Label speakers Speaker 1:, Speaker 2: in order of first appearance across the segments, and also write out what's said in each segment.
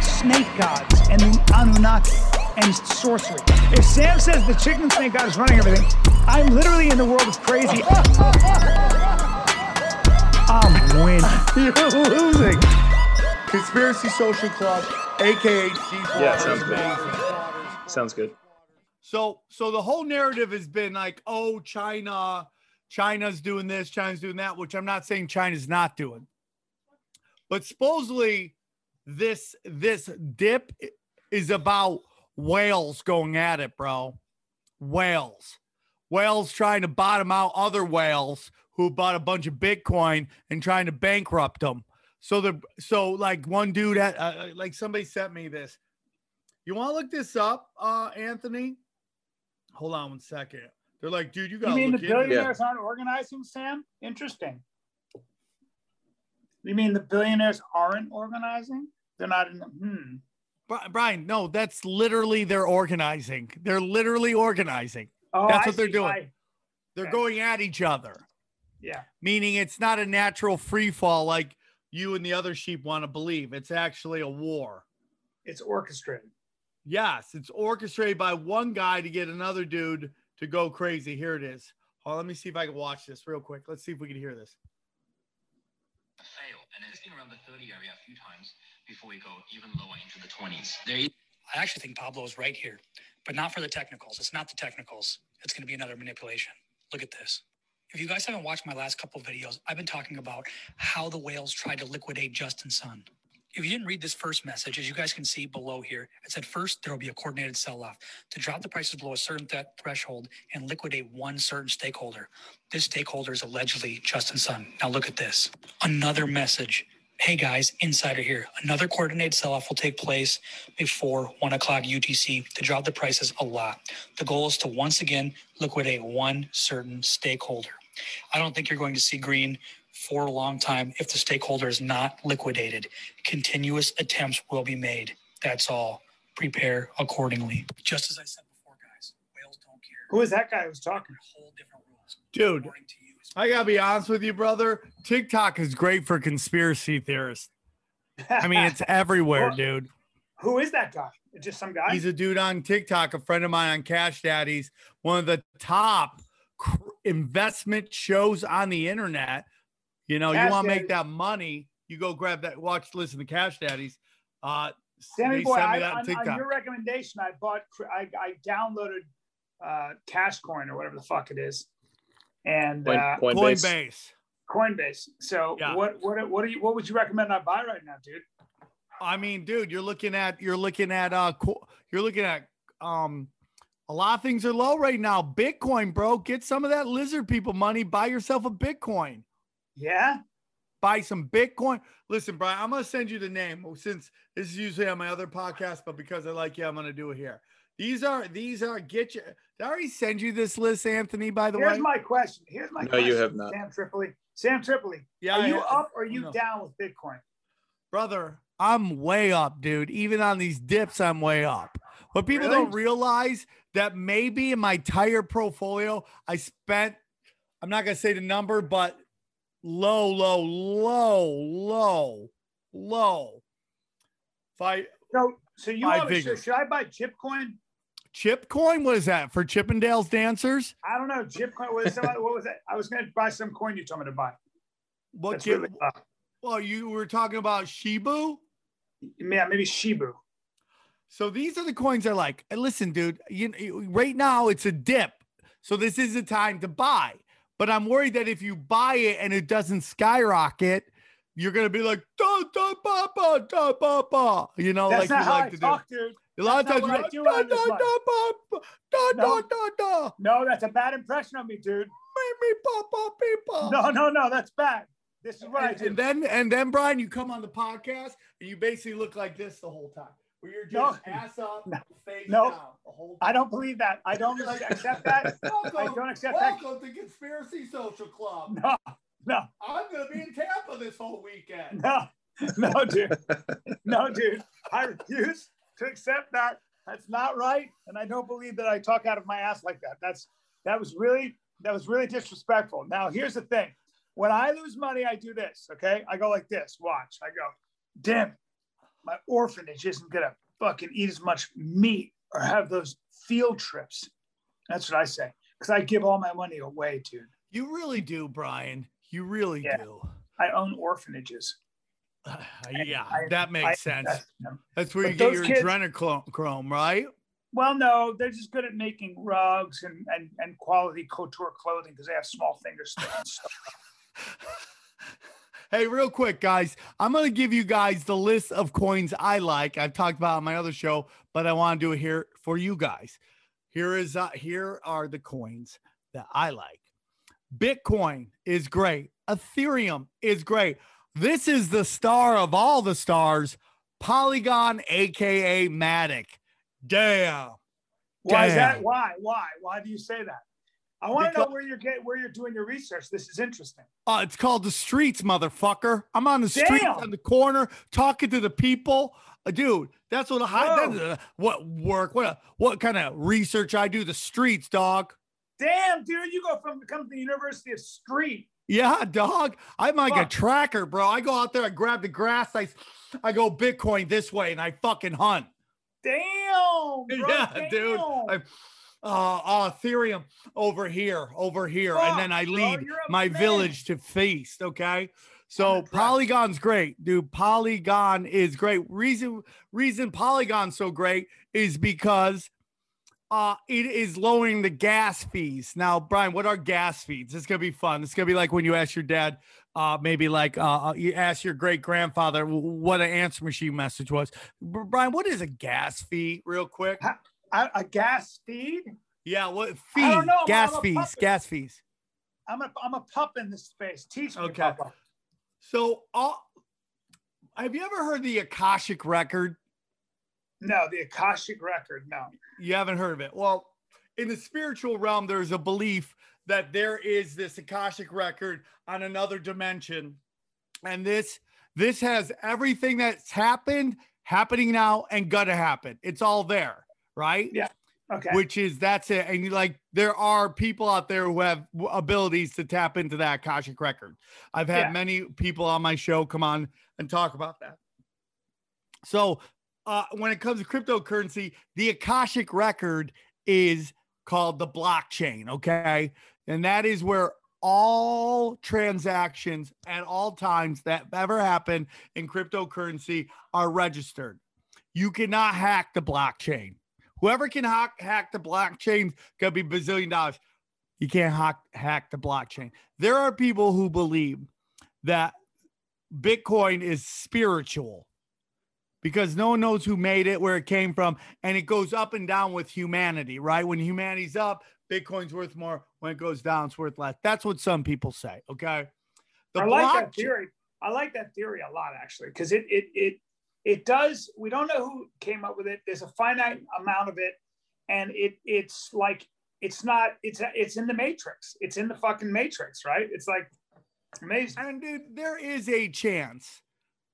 Speaker 1: snake gods, and the Anunnaki, and sorcery. If Sam says the chicken snake god is running everything, I'm literally in the world of crazy. I'm winning.
Speaker 2: You're losing. Conspiracy Social Club, aka Deep
Speaker 3: Yeah,
Speaker 2: Waters,
Speaker 3: sounds good.
Speaker 2: Amazing Waters.
Speaker 3: Sounds good.
Speaker 4: So so the whole narrative has been like, oh, China, China's doing this, China's doing that, which I'm not saying China's not doing. But supposedly this this dip is about whales going at it, bro. Whales. Whales trying to bottom out other whales who bought a bunch of Bitcoin and trying to bankrupt them. So the so like one dude had, uh, like somebody sent me this. You want to look this up, uh, Anthony? Hold on one second. They're like, dude, you
Speaker 1: You
Speaker 4: gotta
Speaker 1: mean the
Speaker 4: look into this.
Speaker 1: billionaires aren't organizing, Sam? Interesting. You mean the billionaires aren't organizing? They're not in the, hmm.
Speaker 4: Bri- Brian, no, that's literally they're organizing. They're literally organizing.
Speaker 1: Oh,
Speaker 4: That's
Speaker 1: I
Speaker 4: what they're
Speaker 1: see.
Speaker 4: doing.
Speaker 1: I-
Speaker 4: They're
Speaker 1: Okay.
Speaker 4: going at each other,
Speaker 1: yeah.
Speaker 4: meaning it's not a natural free fall like you and the other sheep want to believe. It's actually a war.
Speaker 1: It's orchestrated.
Speaker 4: Yes, it's orchestrated by one guy to get another dude to go crazy. Here it is. Oh, let me see if I can watch this real quick. Let's see if we can hear this.
Speaker 5: fail, and it's been around the 30 area a few times before we go even lower into the 20s. There is
Speaker 6: I actually think Pablo is right here, but not for the technicals. It's not the technicals. It's going to be another manipulation. Look at this. If you guys haven't watched my last couple videos, I've been talking about how the whales tried to liquidate Justin Sun. If you didn't read this first message, as you guys can see below here, it said first there will be a coordinated sell off to drop the prices below a certain th- threshold and liquidate one certain stakeholder. This stakeholder is allegedly Justin Sun. Now look at this. Another message. Hey guys, insider here. Another coordinated sell off will take place before 1 o'clock UTC to drop the prices a lot. The goal is to once again liquidate one certain stakeholder. I don't think you're going to see green for a long time if the stakeholder is not liquidated. Continuous attempts will be made. That's all. Prepare accordingly. Just as I said before, guys, whales don't care.
Speaker 1: Who is that guy who's talking?
Speaker 6: Whole different rules.
Speaker 4: Dude,
Speaker 6: According to you,
Speaker 4: I gotta be honest with you, brother. TikTok is great for conspiracy theorists. I mean, it's everywhere,
Speaker 1: Well,
Speaker 4: dude.
Speaker 1: who is that guy? Just some guy?
Speaker 4: He's a dude on TikTok, a friend of mine on Cash Daddies, one of the top cr- investment shows on the internet. You know, you
Speaker 1: Cash
Speaker 4: want to make
Speaker 1: Daddies.
Speaker 4: that money, you go grab that, watch, listen to Cash Daddies. Uh,
Speaker 1: Sammy
Speaker 4: they
Speaker 1: boy,
Speaker 4: sent me
Speaker 1: I,
Speaker 4: that on
Speaker 1: on, on
Speaker 4: TikTok.
Speaker 1: your recommendation, I bought, cr- I, I downloaded uh, Cashcoin or whatever the fuck it is, and
Speaker 3: Coin,
Speaker 1: uh,
Speaker 3: Coinbase.
Speaker 4: Coinbase.
Speaker 1: Coinbase. So
Speaker 4: Yeah.
Speaker 1: what, what, what do you, what would you recommend I buy right now, dude?
Speaker 4: I mean, dude, you're looking at you're looking at uh co- you're looking at um a lot of things are low right now. Bitcoin, bro, get some of that lizard people money. Buy yourself a Bitcoin.
Speaker 1: Yeah,
Speaker 4: Buy some Bitcoin. Listen, Brian, I'm gonna send you the name since this is usually on my other podcast, but because I like you, I'm gonna do it here. These are these are get you. Did I already send you this list, Anthony? By the
Speaker 1: here's
Speaker 4: way,
Speaker 1: my question. Here's my
Speaker 3: No,
Speaker 1: question.
Speaker 3: you have not.
Speaker 1: Sam Tripoli. Sam Tripoli.
Speaker 4: yeah,
Speaker 1: are you
Speaker 4: yeah.
Speaker 1: up or are you
Speaker 4: No.
Speaker 1: down with Bitcoin?
Speaker 4: brother, I'm way up, dude. Even on these dips, I'm way up. But people
Speaker 1: Really?
Speaker 4: don't realize that maybe in my entire portfolio, I spent, I'm not going to say the number, but low, low, low, low, low. Five
Speaker 1: So, so you
Speaker 4: Five
Speaker 1: want me, so
Speaker 4: figures.
Speaker 1: should I buy Chipcoin?
Speaker 4: chip coin. What is that for Chippendales dancers?
Speaker 1: I don't know. Chipcoin. What, is some- what was that? I was going to buy some coin you told me to buy.
Speaker 4: What
Speaker 1: That's
Speaker 4: chip?
Speaker 1: really uh, tough.
Speaker 4: well, you were talking about Shibu.
Speaker 1: yeah, maybe Shibu.
Speaker 4: So these are the coins I like. And listen, dude, you, you- right now it's a dip. So this is the time to buy. But I'm worried that if you buy it and it doesn't skyrocket, you're gonna be like da da ba ba da ba ba. You know,
Speaker 1: That's
Speaker 4: like
Speaker 1: not
Speaker 4: you
Speaker 1: how
Speaker 4: like
Speaker 1: I
Speaker 4: to
Speaker 1: talk, dude.
Speaker 4: do. A lot of
Speaker 1: that's
Speaker 4: times
Speaker 1: not
Speaker 4: you
Speaker 1: what
Speaker 4: go,
Speaker 1: I do
Speaker 4: da
Speaker 1: on this
Speaker 4: da
Speaker 1: mic.
Speaker 4: da ba ba da da
Speaker 1: No.
Speaker 4: da da
Speaker 1: No, that's a bad impression of me, dude.
Speaker 4: me me ba ba be, ba.
Speaker 1: No, no, no, that's bad. This is what I
Speaker 4: Oh. And,
Speaker 1: do.
Speaker 4: and then and then Brian, you come on the podcast and you basically look like this the whole time. where you're
Speaker 1: No.
Speaker 4: just ass up,
Speaker 1: No.
Speaker 4: face
Speaker 1: No.
Speaker 4: down. The whole
Speaker 1: I don't believe that. I don't accept that.
Speaker 4: welcome,
Speaker 1: I don't accept that.
Speaker 4: welcome to Conspiracy Social Club.
Speaker 1: No, no,
Speaker 4: I'm going to be in Tampa this whole weekend.
Speaker 1: no, no, dude. No, dude. I refuse to accept that. That's not right. And I don't believe that I talk out of my ass like that. That's that was really that was really disrespectful. Now here's the thing. When I lose money, I do this. Okay. I go like this. Watch. I go, damn, it, my orphanage isn't gonna fucking eat as much meat or have those field trips. That's what I say. Because I give all my money away, dude.
Speaker 4: You really do, Brian. You really
Speaker 1: Yeah.
Speaker 4: do.
Speaker 1: I own orphanages.
Speaker 4: yeah,
Speaker 1: I-
Speaker 4: that makes
Speaker 1: I-
Speaker 4: sense.
Speaker 1: That's- no.
Speaker 4: That's where
Speaker 1: but
Speaker 4: you get
Speaker 1: those
Speaker 4: your
Speaker 1: kids-
Speaker 4: adrenochrome, right?
Speaker 1: Well, no, they're just good at making rugs and and, and quality couture clothing because they have small fingers. So,
Speaker 4: Hey, real quick, guys, I'm going to give you guys the list of coins I like. I've talked about it on my other show, but I want to do it here for you guys. Here is uh, here are the coins that I like. Bitcoin is great. Ethereum is great. This is the star of all the stars, Polygon, aka Matic. Damn.
Speaker 1: why is that?
Speaker 4: Damn.
Speaker 1: Why? Why? Why do you say that? I want to know
Speaker 4: Because-
Speaker 1: where you're get where you're doing your research. This is interesting.
Speaker 4: Oh, it's called the streets, motherfucker. I'm on the streets
Speaker 1: Damn.
Speaker 4: on the corner talking to the people. Uh, Dude, that's what I,
Speaker 1: Whoa.
Speaker 4: that's, uh, what work, what what kind of research I do. The streets, dog.
Speaker 1: Damn, dude, you go from come to the University of Street.
Speaker 4: Yeah, dog. I'm like a
Speaker 1: Fuck.
Speaker 4: tracker, bro. I go out there, I grab the grass, I I go Bitcoin this way, and I fucking hunt.
Speaker 1: Damn, Oh, bro,
Speaker 4: yeah, dude. I,
Speaker 1: damn.
Speaker 4: uh, uh, Ethereum over here, over here, and then
Speaker 1: Fuck,
Speaker 4: I
Speaker 1: bro,
Speaker 4: lead
Speaker 1: you're a
Speaker 4: my
Speaker 1: man.
Speaker 4: village to feast. Okay, so
Speaker 1: impressed.
Speaker 4: Polygon's great, dude. Polygon is great. Reason reason Polygon's so great is because uh, it is lowering the gas fees. Now, Brian, what are gas fees? It's gonna be fun. It's gonna be like when you ask your dad, uh, maybe like uh, uh, you ask your great grandfather what an answer machine message was. Br- Brian, what is a gas fee, real quick?
Speaker 1: I, a gas feed.
Speaker 4: Yeah, what fees?
Speaker 1: I don't know, but
Speaker 4: gas
Speaker 1: I'm a
Speaker 4: fees,
Speaker 1: puppet.
Speaker 4: gas fees.
Speaker 1: I'm a I'm a pup in this space. Teach me,
Speaker 4: Okay.
Speaker 1: Papa.
Speaker 4: So, all, have you ever heard the Akashic record?
Speaker 1: No, the Akashic record. No.
Speaker 4: You haven't heard of it. Well, in the spiritual realm, there's a belief that there is this Akashic record on another dimension, and this this has everything that's happened, happening now, and gonna happen. It's all there, right?
Speaker 1: Okay.
Speaker 4: which is that's it. And you like there are people out there who have w- abilities to tap into that Akashic record. I've had
Speaker 1: Yeah.
Speaker 4: many people on my show come on and talk about that. So uh, when it comes to cryptocurrency, the Akashic record is called the blockchain. Okay. And that is where all transactions at all times that ever happen in cryptocurrency are registered. You cannot hack the blockchain. Whoever can hack, hack the blockchain could be bazillion dollars. You can't hack, hack the blockchain. There are people who believe that Bitcoin is spiritual because no one knows who made it, where it came from, and it goes up and down with humanity, right? When humanity's up, Bitcoin's worth more. When it goes down, it's worth less. That's what some people say. Okay. The
Speaker 1: I like that
Speaker 4: blockchain-
Speaker 1: theory. I like that theory a lot actually, because it it it it does. We don't know who came up with it. There's a finite amount of it, and it it's like it's not it's it's in the matrix. It's in the fucking matrix, right? It's like amazing.
Speaker 4: And dude, there is a chance,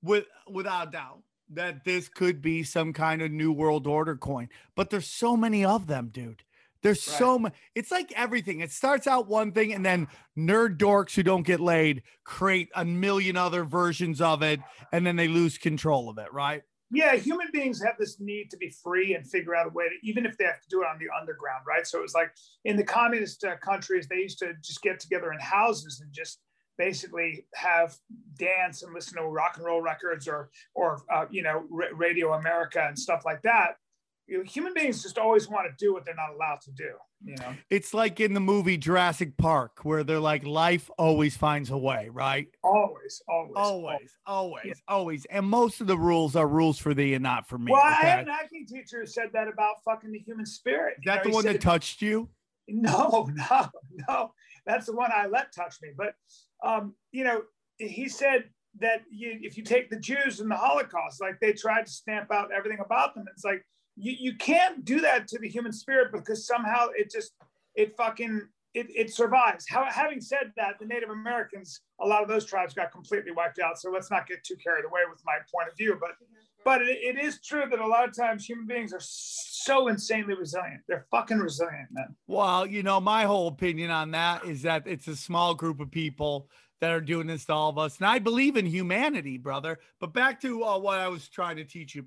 Speaker 4: with without doubt, that this could be some kind of new world order coin. But there's so many of them, dude. There's
Speaker 1: Right.
Speaker 4: so much. It's like everything. It starts out one thing, and then nerd dorks who don't get laid create a million other versions of it, and then they lose control of it, right?
Speaker 1: Yeah, human beings have this need to be free and figure out a way to, even if they have to do it on the underground, right? So it was like in the communist uh, countries, they used to just get together in houses and just basically have dance and listen to rock and roll records or, or uh, you know, ra- Radio America and stuff like that. You know, human beings just always want to do what they're not allowed to do, you know?
Speaker 4: It's like in the movie Jurassic Park, where they're like, life always finds a way, right?
Speaker 1: Always, always.
Speaker 4: Always, always, always. And most of the rules are rules for thee and not for me.
Speaker 1: Well, I
Speaker 4: okay?
Speaker 1: had an acting teacher who said that about fucking the human spirit.
Speaker 4: Is
Speaker 1: You know,
Speaker 4: that the
Speaker 1: he
Speaker 4: one
Speaker 1: said-
Speaker 4: that touched you?
Speaker 1: No, no, no. That's the one I let touch me. But um, you know, he said that you, if you take the Jews and the Holocaust, like they tried to stamp out everything about them. It's like you, you can't do that to the human spirit because somehow it just it fucking it, it survives. How, having said that, the Native Americans, a lot of those tribes got completely wiped out. So let's not get too carried away with my point of view. But but it, it is true that a lot of times human beings are so insanely resilient. They're fucking resilient, man.
Speaker 4: Well, you know, my whole opinion on that is that it's a small group of people that are doing this to all of us. And I believe in humanity, brother. But back to uh, what I was trying to teach you.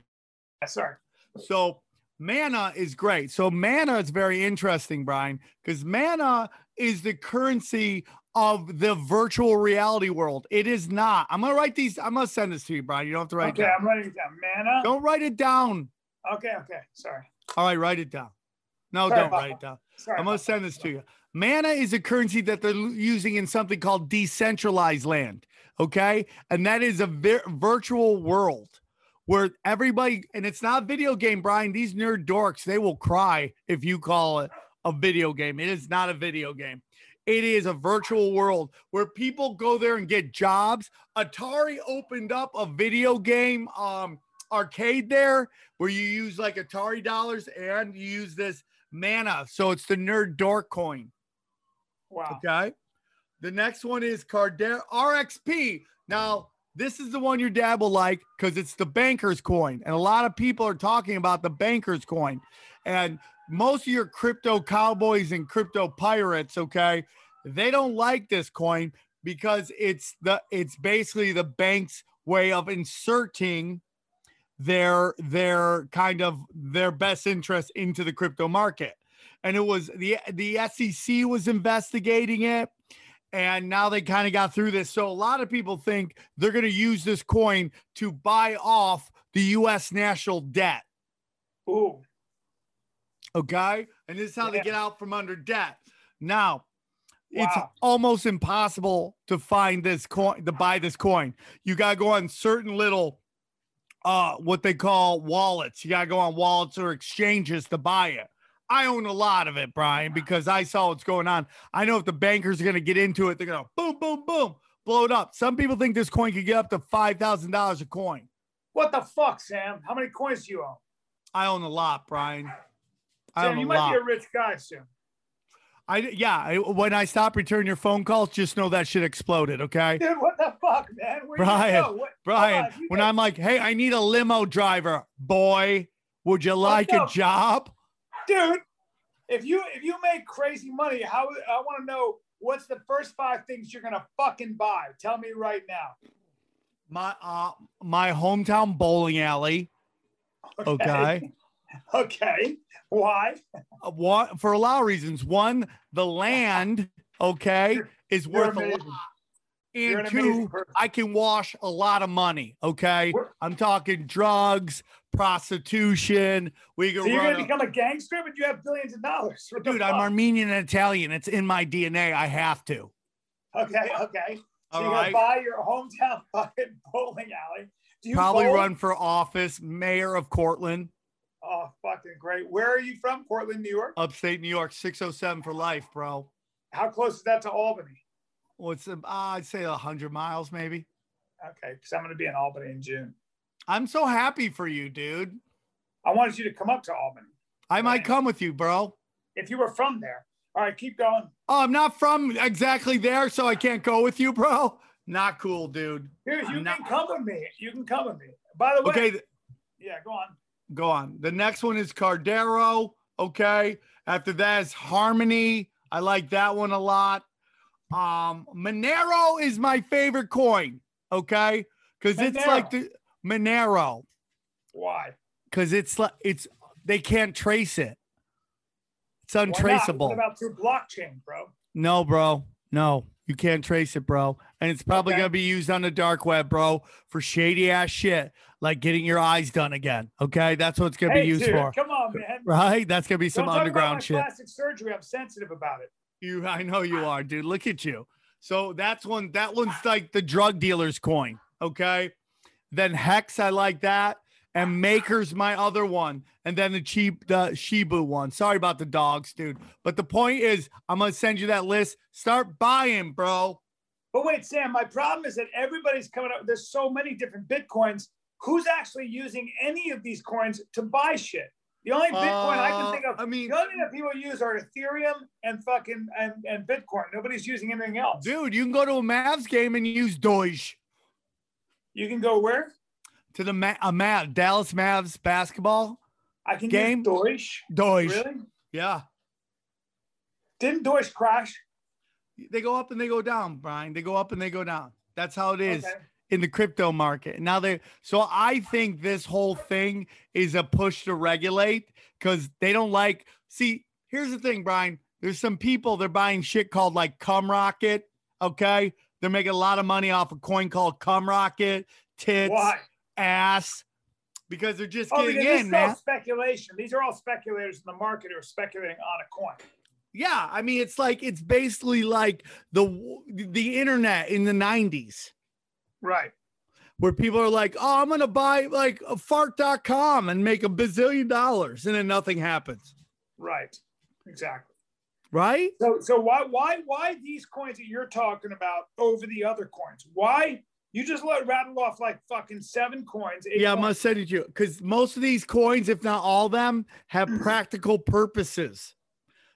Speaker 1: Yeah, Sorry.
Speaker 4: So manna is great. So manna is very interesting, Brian, because manna is the currency of the virtual reality world. It is not. I'm gonna write these. I'm gonna send this to you, Brian. You don't have to write
Speaker 1: Okay,
Speaker 4: it down.
Speaker 1: I'm writing it down. Mana.
Speaker 4: Don't write it down.
Speaker 1: Okay, okay. Sorry.
Speaker 4: All right, write it down. No,
Speaker 1: Sorry
Speaker 4: don't
Speaker 1: about
Speaker 4: write it down.
Speaker 1: Sorry.
Speaker 4: I'm gonna send this to you. Mana is a currency that they're l- using in something called decentralized land. Okay, and that is a vir- virtual world where everybody and it's not a video game, Brian. These nerd dorks they will cry if you call it a video game. It is not a video game. It is a virtual world where people go there and get jobs. Atari opened up a video game um, arcade there where you use like Atari dollars and you use this mana. So it's the nerd dork coin.
Speaker 1: Wow.
Speaker 4: Okay. The next one is Cardano RXP. Now, this is the one your dad will like because it's the banker's coin. And a lot of people are talking about the banker's coin. And most of your crypto cowboys and crypto pirates, okay, they don't like this coin because it's the it's basically the bank's way of inserting their their kind of their best interest into the crypto market and it was the the SEC was investigating it, and now they kind of got through this. So a lot of people think they're going to use this coin to buy off the U.S. national debt.
Speaker 1: Ooh.
Speaker 4: Okay, and this is how they
Speaker 1: Yeah.
Speaker 4: get out from under debt. Now, it's
Speaker 1: Wow.
Speaker 4: almost impossible to find this coin to buy this coin. You gotta go on certain little uh what they call wallets. You gotta go on wallets or exchanges to buy it. I own a lot of it, Brian, because I saw what's going on. I know if the bankers are gonna get into it, they're gonna boom, boom, boom, blow it up. Some people think this coin could get up to five thousand dollars a coin.
Speaker 1: What the fuck, Sam? How many coins do you own?
Speaker 4: I own a lot, Brian. I own
Speaker 1: Sam,
Speaker 4: a
Speaker 1: you
Speaker 4: lot.
Speaker 1: might be a rich guy soon.
Speaker 4: I yeah. I, when I stop returning your phone calls, just know that shit exploded. Okay,
Speaker 1: Dude, what the fuck, man? Where
Speaker 4: Brian,
Speaker 1: you go? What,
Speaker 4: Brian.
Speaker 1: Come on, you
Speaker 4: when
Speaker 1: guys-
Speaker 4: I'm like, hey, I need a limo driver, boy. Would you like a
Speaker 1: up?
Speaker 4: job?
Speaker 1: dude, if you if you make crazy money, how I want to know what's the first five things you're gonna fucking buy? Tell me right now.
Speaker 4: My uh, my hometown bowling alley. Okay,
Speaker 1: Okay. Why?
Speaker 4: Uh, one, for a lot of reasons. One, the land. Okay, is
Speaker 1: You're
Speaker 4: worth a lot.
Speaker 1: amazing. You're
Speaker 4: And
Speaker 1: an
Speaker 4: two,
Speaker 1: amazing person.
Speaker 4: I can wash a lot of money. Okay,
Speaker 1: We're-
Speaker 4: I'm talking drugs, prostitution. We can
Speaker 1: So you're
Speaker 4: run.
Speaker 1: gonna
Speaker 4: a-
Speaker 1: become a gangster, but you have billions of dollars. What the
Speaker 4: Dude, I'm
Speaker 1: fuck?
Speaker 4: Armenian and Italian. It's in my DNA. I have to.
Speaker 1: Okay, okay. So
Speaker 4: All
Speaker 1: you're
Speaker 4: right.
Speaker 1: gonna buy your hometown fucking bowling alley. Do you
Speaker 4: Probably
Speaker 1: bowl?
Speaker 4: run for office, mayor of Cortland,
Speaker 1: Oh, fucking great. Where are you from? Portland, New York.
Speaker 4: upstate New York, 607 for life, bro.
Speaker 1: How close is that to Albany?
Speaker 4: What's uh, I'd say 100 miles, maybe.
Speaker 1: Okay, because I'm gonna be in Albany in June.
Speaker 4: I'm so happy for you, dude.
Speaker 1: I wanted you to come up to Albany
Speaker 4: I might
Speaker 1: Man.
Speaker 4: come with you, bro.
Speaker 1: if you were from there. All right, keep going.
Speaker 4: Oh, I'm not from exactly there, so I can't go with you, bro. Not cool, dude.
Speaker 1: Dude, you
Speaker 4: I'm not-
Speaker 1: can come with me. You can come with me. By the way,
Speaker 4: Okay, th-
Speaker 1: yeah, go on.
Speaker 4: go on. The next one is Cardero. Okay. After that is Harmony. I like that one a lot. Um, Monero is my favorite coin. Okay, because it's
Speaker 1: Monero.
Speaker 4: like the Monero,
Speaker 1: Why?
Speaker 4: because it's like it's they can't trace it. It's
Speaker 1: Why not?
Speaker 4: untraceable.
Speaker 1: What about through blockchain, bro?
Speaker 4: no, bro. No, you can't trace it, bro. And it's probably
Speaker 1: Okay.
Speaker 4: gonna be used on the dark web, bro, for shady ass shit, like getting your eyes done again. Okay, that's what it's gonna
Speaker 1: hey,
Speaker 4: be used
Speaker 1: dude,
Speaker 4: for,
Speaker 1: come on, man.
Speaker 4: right? That's gonna be some
Speaker 1: Don't talk about my
Speaker 4: underground shit.
Speaker 1: plastic surgery. I'm sensitive about it.
Speaker 4: You, I know you are, dude. Look at you. So that's one. That one's like the drug dealer's coin. Okay. Then Hex, I like that, and Maker's my other one, and then the cheap the Shibu one. Sorry about the dogs, dude. But the point is, I'm gonna send you that list. Start buying, bro.
Speaker 7: But wait, Sam, my problem is that everybody's coming up. There's so many different Bitcoins. Who's actually using any of these coins to buy shit? The only Bitcoin I
Speaker 4: Uh,
Speaker 7: can think of,
Speaker 4: I mean,
Speaker 7: the only thing that people use are Ethereum and fucking and, and Bitcoin. Nobody's using anything else.
Speaker 4: dude, you can go to a Mavs game and use Doge
Speaker 7: You can go where?
Speaker 4: to the Ma- a Ma- Dallas Mavs basketball.
Speaker 7: I can
Speaker 4: Game?
Speaker 7: use Deutsch.
Speaker 4: Doge.
Speaker 7: Really?
Speaker 4: Yeah.
Speaker 7: Didn't Deutsch crash?
Speaker 4: They go up and they go down, Brian. They go up and they go down. That's how it is
Speaker 7: Okay.
Speaker 4: in the crypto market. Now they so I think this whole thing is a push to regulate because they don't like see, here's the thing, Brian. There's some people they're buying shit called like cum rocket. Okay. They're making a lot of money off a coin called cum rocket, tits,
Speaker 7: Why?
Speaker 4: ass, because they're just
Speaker 7: Oh,
Speaker 4: getting
Speaker 7: because
Speaker 4: in,
Speaker 7: this is all
Speaker 4: man.
Speaker 7: speculation. These are all speculators in the market who are speculating on a coin.
Speaker 4: Yeah, I mean, it's like it's basically like the w- the internet in the '90s,
Speaker 7: Right.
Speaker 4: where people are like, "Oh, I'm gonna buy like a fart.com and make a bazillion dollars," and then nothing happens,
Speaker 7: Right. Exactly.
Speaker 4: right?
Speaker 7: So so why why why these coins that you're talking about over the other coins? Why you just let rattle off like fucking seven coins? eight
Speaker 4: yeah, I'm
Speaker 7: coins.
Speaker 4: gonna send it to you because most of these coins, if not all of them, have practical purposes.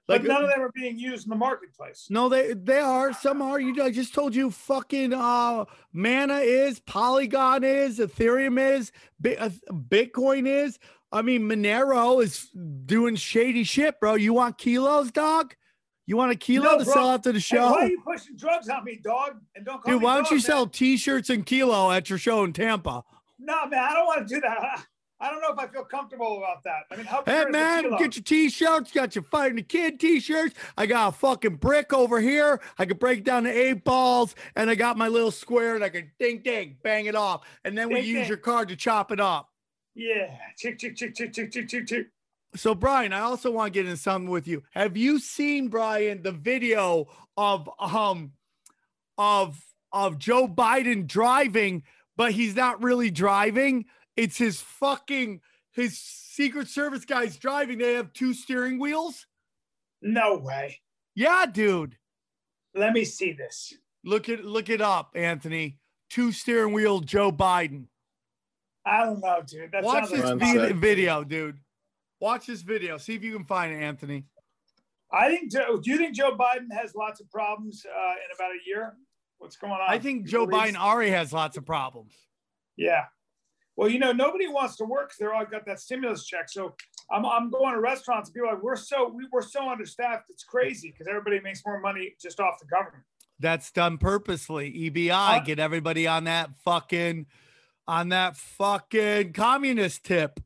Speaker 7: but none of them are being used in the marketplace.
Speaker 4: No, they they are. Some are. You I just told you fucking uh mana is, Polygon is, Ethereum is, Bi- uh, Bitcoin is. I mean, Monero is doing shady shit, bro. You want kilos, dog? You want a kilo
Speaker 7: No,
Speaker 4: to
Speaker 7: bro.
Speaker 4: sell out to the
Speaker 7: Hey,
Speaker 4: show?
Speaker 7: why are you pushing drugs on me, dog? And don't call
Speaker 4: Dude,
Speaker 7: me
Speaker 4: why don't
Speaker 7: dog,
Speaker 4: you
Speaker 7: man.
Speaker 4: sell t-shirts and kilo at your show in Tampa?
Speaker 7: No, man, I don't want to do that. I don't know if I feel comfortable about that. I mean, how
Speaker 4: Hey
Speaker 7: pure is a
Speaker 4: man,
Speaker 7: kilo?
Speaker 4: get your t-shirts, got your fighting the kid t-shirts. I got a fucking brick over here. I could break down the eight balls, and I got my little square, and I could ding ding bang it off, and then we
Speaker 7: Ding,
Speaker 4: use
Speaker 7: ding.
Speaker 4: your card to chop it up.
Speaker 7: yeah, chick chick chick chick chick chick chick chick.
Speaker 4: So Brian, I also want to get into something with you. Have you seen Brian the video of um of of Joe Biden driving, but he's not really driving? It's his fucking his Secret Service guys driving. They have two steering wheels.
Speaker 7: No way.
Speaker 4: Yeah, dude.
Speaker 7: Let me see this.
Speaker 4: Look it look it up, Anthony. Two steering wheel Joe Biden.
Speaker 7: I don't know, dude. That
Speaker 4: Watch
Speaker 7: sounds
Speaker 4: this
Speaker 7: like
Speaker 3: One
Speaker 4: vi-
Speaker 3: sec.
Speaker 4: video, dude. Watch this video. See if you can find it, Anthony.
Speaker 7: I think. Joe, do you think Joe Biden has lots of problems uh, in about a year? What's going on?
Speaker 4: I think
Speaker 7: You
Speaker 4: Joe
Speaker 7: believe-
Speaker 4: Biden already has lots of problems.
Speaker 7: Yeah. Well, you know, nobody wants to work. 'cause They're all got that stimulus check. So I'm, I'm going to restaurants and people are like, we're so we, we're so understaffed. It's crazy because everybody makes more money just off the government.
Speaker 4: That's done purposely. EBI,
Speaker 7: Uh,
Speaker 4: get everybody on that fucking on that fucking communist tip.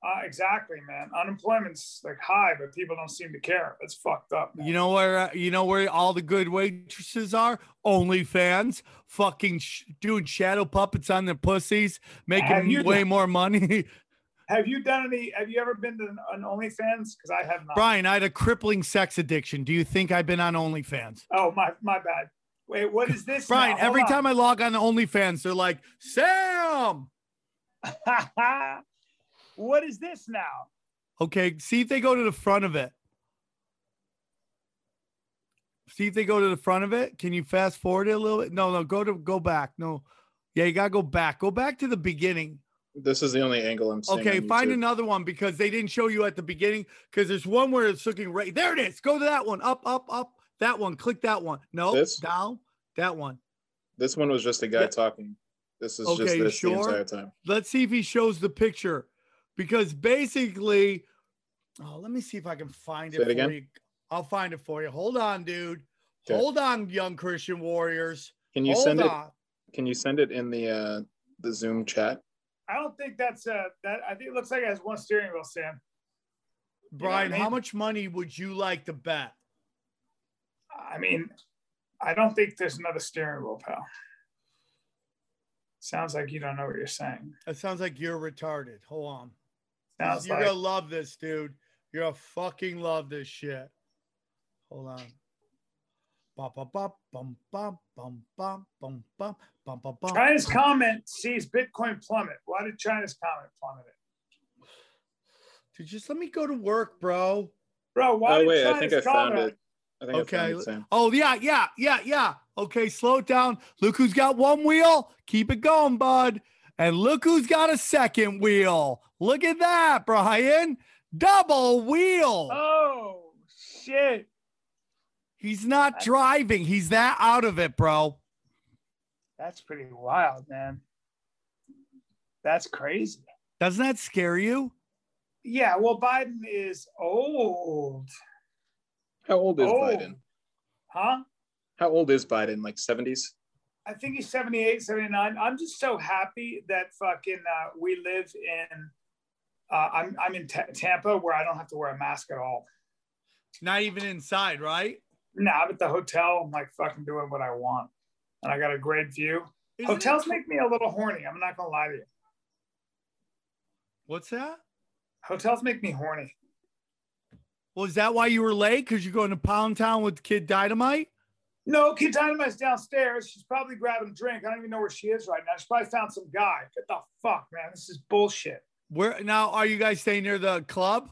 Speaker 7: Uh, exactly, man. Unemployment's like high, but people don't seem to care. It's fucked up. man.
Speaker 4: You know where uh, you know where all the good waitresses are? OnlyFans, fucking sh- doing shadow puppets on their pussies,
Speaker 7: Have
Speaker 4: making
Speaker 7: you
Speaker 4: way more money.
Speaker 7: Have you done any? Have you ever been to an, an OnlyFans? Because I have not.
Speaker 4: Brian, I had a crippling sex addiction. Do you think I've been on OnlyFans?
Speaker 7: Oh my my bad. Wait, what is this?
Speaker 4: Brian,
Speaker 7: now? Hold
Speaker 4: every
Speaker 7: on.
Speaker 4: time I log on to OnlyFans, they're like, Sam.
Speaker 7: what is this now?
Speaker 4: Okay, see if they go to the front of it. See if they go to the front of it. Can you fast forward it a little bit? No, no, go to go back. No. Yeah, you gotta go back. Go back to the beginning.
Speaker 3: This is the only angle I'm seeing.
Speaker 4: Okay,
Speaker 3: on
Speaker 4: find
Speaker 3: YouTube.
Speaker 4: another one because they didn't show you at the beginning. Because there's one where it's looking right there. It is. Go to that one. Up, up, up. That one. Click that one. No,
Speaker 3: This?
Speaker 4: down. That one.
Speaker 3: This one was just a guy
Speaker 4: Yeah.
Speaker 3: talking. This is
Speaker 4: Okay,
Speaker 3: just
Speaker 4: you
Speaker 3: this
Speaker 4: sure?
Speaker 3: the entire time.
Speaker 4: Let's see if he shows the picture, because basically, oh, let me see if I can find
Speaker 3: Say it
Speaker 4: it for
Speaker 3: again?
Speaker 4: you. I'll find it for you. Hold on, dude.
Speaker 3: Okay.
Speaker 4: Hold on, young Christian warriors.
Speaker 3: Can you
Speaker 4: Hold
Speaker 3: send
Speaker 4: on.
Speaker 3: it? Can you send it in the uh, the Zoom chat?
Speaker 7: I don't think that's uh that. I think it looks like it has one steering wheel, Sam.
Speaker 4: Brian,
Speaker 7: I
Speaker 4: how
Speaker 7: mean?
Speaker 4: much money would you like to bet?
Speaker 7: I mean, I don't think there's another steering wheel, pal. Sounds like you don't know what you're saying.
Speaker 4: That sounds like you're retarded. Hold on.
Speaker 7: Sounds
Speaker 4: You're
Speaker 7: like
Speaker 4: gonna love this, dude. You're gonna fucking love this shit. Hold on. Bum, bum, bum, bum, bum, bum, bum, bum, bum, bum, bum, bum.
Speaker 7: China's comment sees Bitcoin plummet. Why did China's comment plummet it?
Speaker 4: Dude, just let me go to work, bro.
Speaker 7: Bro, why
Speaker 3: oh
Speaker 7: did
Speaker 3: wait, I
Speaker 7: China's
Speaker 3: think I found
Speaker 7: comment-
Speaker 3: it. I think that's
Speaker 4: Okay.
Speaker 3: the same.
Speaker 4: Oh yeah, yeah, yeah, yeah. Okay, slow it down. Look who's got one wheel. Keep it going, bud. And look who's got a second wheel. Look at that, Brian. Double wheel.
Speaker 7: Oh shit!
Speaker 4: He's not driving. He's that out of it, bro.
Speaker 7: That's pretty wild, man. That's crazy.
Speaker 4: Doesn't that scare you?
Speaker 7: Yeah, well, Biden is oh, old.
Speaker 3: How old is
Speaker 7: Oh.
Speaker 3: Biden?
Speaker 7: Huh?
Speaker 3: How old is Biden? Like 70s?
Speaker 7: I think he's 78, 79. I'm just so happy that fucking uh, we live in. Uh, I'm I'm in Ta Tampa where I don't have to wear a mask at all.
Speaker 4: Not even inside, right?
Speaker 7: Now I'm at the hotel. I'm like fucking doing what I want, and I got a great view.
Speaker 4: Isn't it-
Speaker 7: Hotels make me a little horny. I'm not gonna lie to you.
Speaker 4: What's that?
Speaker 7: Hotels make me horny.
Speaker 4: Well, is that why you were late? Because you're going to Pound Town with Kid Dynamite?
Speaker 7: No, Kid Dynamite's downstairs. She's probably grabbing a drink. I don't even know where she is right now. She probably found some guy. What the fuck, man? This is bullshit.
Speaker 4: Where now are you guys staying near the club?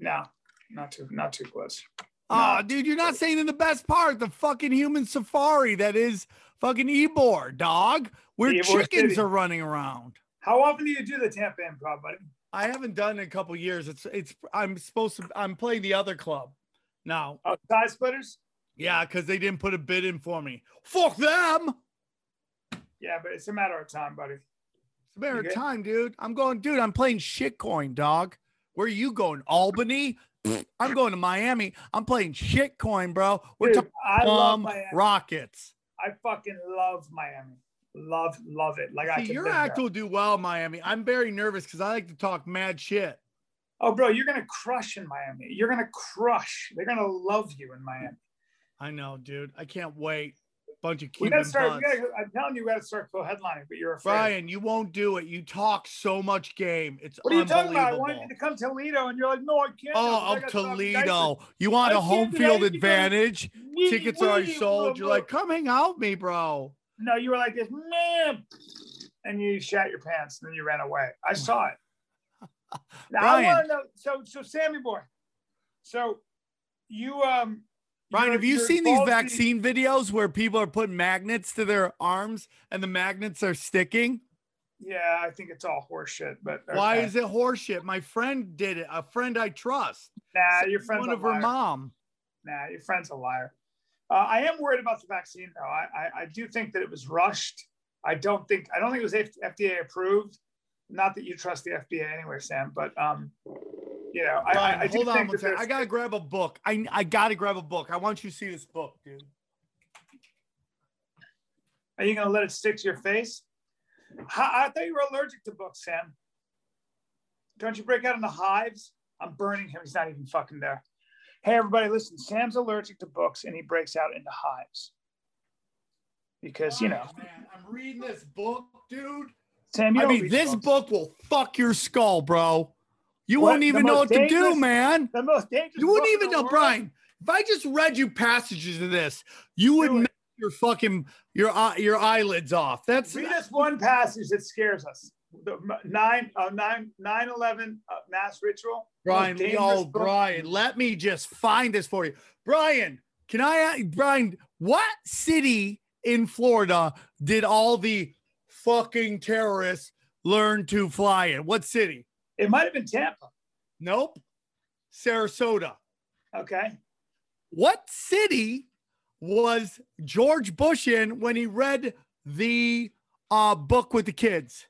Speaker 7: No, not too, not too close.
Speaker 4: Oh,
Speaker 7: No.
Speaker 4: dude, you're not saying in the best part, the fucking human safari that is fucking Ebor, dog, where
Speaker 7: Ybor
Speaker 4: chickens
Speaker 7: City.
Speaker 4: are running around.
Speaker 7: How often do you do the Tampa improv, buddy?
Speaker 4: I haven't done it in a couple years. It's it's I'm supposed to I'm playing the other club now.
Speaker 7: Oh, side splitters?
Speaker 4: Yeah, because they didn't put a bid in for me. Fuck them. It's
Speaker 7: Yeah, but it's a matter of time, buddy.
Speaker 4: a matter
Speaker 7: You
Speaker 4: of
Speaker 7: good?
Speaker 4: time, dude. I'm going, dude, I'm playing shitcoin, dog. Where are you going? Albany? Pfft, I'm going to Miami. I'm playing shitcoin, bro. We're
Speaker 7: Dude,
Speaker 4: talking
Speaker 7: I love
Speaker 4: bomb
Speaker 7: Miami.
Speaker 4: rockets.
Speaker 7: I fucking love Miami. Love, love it. Like I
Speaker 4: See,
Speaker 7: could
Speaker 4: your
Speaker 7: live
Speaker 4: act
Speaker 7: there.
Speaker 4: will do well, Miami. I'm very nervous because I like to talk mad shit.
Speaker 7: Oh, bro, you're gonna crush in Miami. You're gonna crush. They're gonna love you in Miami.
Speaker 4: I know, dude. I can't wait. Bunch of
Speaker 7: We
Speaker 4: Cuban
Speaker 7: gotta start.
Speaker 4: butts.
Speaker 7: We gotta, I'm telling you, we gotta start co-headlining, but you're afraid.
Speaker 4: Brian, you won't do it. You talk so much game. It's
Speaker 7: What are you talking
Speaker 4: unbelievable.
Speaker 7: about? I wanted you to come to Toledo, and you're like, no, I can't.
Speaker 4: oh,
Speaker 7: I
Speaker 4: of
Speaker 7: gotta talk to Dyson."
Speaker 4: Toledo. You want
Speaker 7: I
Speaker 4: a home
Speaker 7: can't, I
Speaker 4: field
Speaker 7: need to go-
Speaker 4: advantage.
Speaker 7: Wee-
Speaker 4: Tickets are already
Speaker 7: wee-
Speaker 4: sold. You're
Speaker 7: blah,
Speaker 4: like, come hang out with me, bro.
Speaker 7: blah. no, you were like this, man, and you shat your pants, and then you ran away. I saw it.
Speaker 4: Oh
Speaker 7: Now I
Speaker 4: Brian.
Speaker 7: want to know. So, so Sammy boy, so you um,
Speaker 4: Brian,
Speaker 7: you're-
Speaker 4: have you
Speaker 7: you're
Speaker 4: seen these
Speaker 7: involved in-
Speaker 4: vaccine videos where people are putting magnets to their arms and the magnets are sticking?
Speaker 7: Yeah, I think it's all horseshit. But
Speaker 4: Why
Speaker 7: okay.
Speaker 4: is it horseshit? My friend did it. A friend I trust.
Speaker 7: nah?
Speaker 4: So
Speaker 7: Uh, Your friend's
Speaker 4: one
Speaker 7: a
Speaker 4: of her
Speaker 7: liar.
Speaker 4: mom.
Speaker 7: Nah, your friend's a liar. Uh, I am worried about the vaccine, though. I, I I do think that it was rushed. I don't think I don't think it was F- FDA approved. Not that you trust the FDA anyway, Sam, but um, you know, I, I,
Speaker 4: Brian,
Speaker 7: I do
Speaker 4: hold on
Speaker 7: think
Speaker 4: one
Speaker 7: that
Speaker 4: second.
Speaker 7: there's-
Speaker 4: I gotta grab a book. I I gotta grab a book. I want you to see this book, dude.
Speaker 7: Are you going to let it stick to your face? Hi- I thought you were allergic to books, Sam. Don't you break out into hives? I'm burning him. He's not even fucking there. Hey, everybody, listen. Sam's allergic to books, and he breaks out into hives because you know,
Speaker 4: man, I'm reading this book, dude.
Speaker 7: Sam. You
Speaker 4: I
Speaker 7: don't
Speaker 4: mean,
Speaker 7: read
Speaker 4: this
Speaker 7: books.
Speaker 4: book will fuck your skull, bro. You
Speaker 7: What?
Speaker 4: won't
Speaker 7: The
Speaker 4: even know what
Speaker 7: most
Speaker 4: to do,
Speaker 7: dangerous-
Speaker 4: man.
Speaker 7: The most dangerous.
Speaker 4: You wouldn't
Speaker 7: book in
Speaker 4: even
Speaker 7: the
Speaker 4: know,
Speaker 7: world.
Speaker 4: Brian. If I just read you passages of this, you would
Speaker 7: Do it.
Speaker 4: melt your fucking your eye- your eyelids off. That's
Speaker 7: Read us one passage that scares us. The m- nine, uh, nine, nine, eleven uh, mass ritual.
Speaker 4: Brian,
Speaker 7: Most dangerous
Speaker 4: oh,
Speaker 7: book.
Speaker 4: Brian, let me just find this for you. Brian, can I, ask- Brian, what city in Florida did all the fucking terrorists learn to fly in? What city?
Speaker 7: It might have been Tampa.
Speaker 4: Nope. Sarasota.
Speaker 7: Okay.
Speaker 4: What city was George Bush in when he read the uh, book with the kids?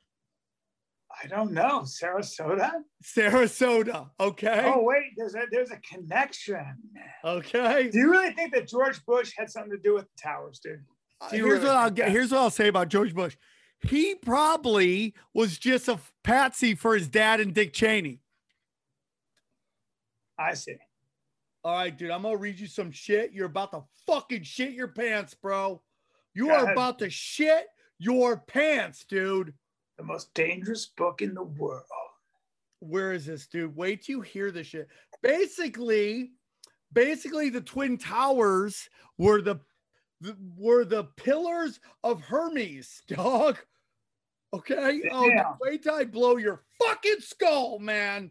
Speaker 7: I don't know. Sarasota.
Speaker 4: Sarasota. Okay.
Speaker 7: Oh wait, there's a there's a connection.
Speaker 4: Okay.
Speaker 7: Do you really think that George Bush had something to do with the towers, dude?
Speaker 4: Uh,
Speaker 7: Do you
Speaker 4: here's
Speaker 7: really
Speaker 4: what I'll
Speaker 7: think
Speaker 4: get.
Speaker 7: that?
Speaker 4: Here's what I'll say about George Bush. He probably was just a f- patsy for his dad and Dick Cheney.
Speaker 7: I see.
Speaker 4: All right, dude, I'm gonna read you some shit. You're about to fucking shit your pants, bro. You
Speaker 7: Go
Speaker 4: are
Speaker 7: ahead.
Speaker 4: about to shit your pants, dude.
Speaker 7: The most dangerous book in the world.
Speaker 4: Where is this, dude? Wait till you hear this shit. Basically, basically, the Twin Towers were the, the were the pillars of Hermes, dog. Okay. Oh, dude,
Speaker 7: Damn.
Speaker 4: wait till I blow your fucking skull, man.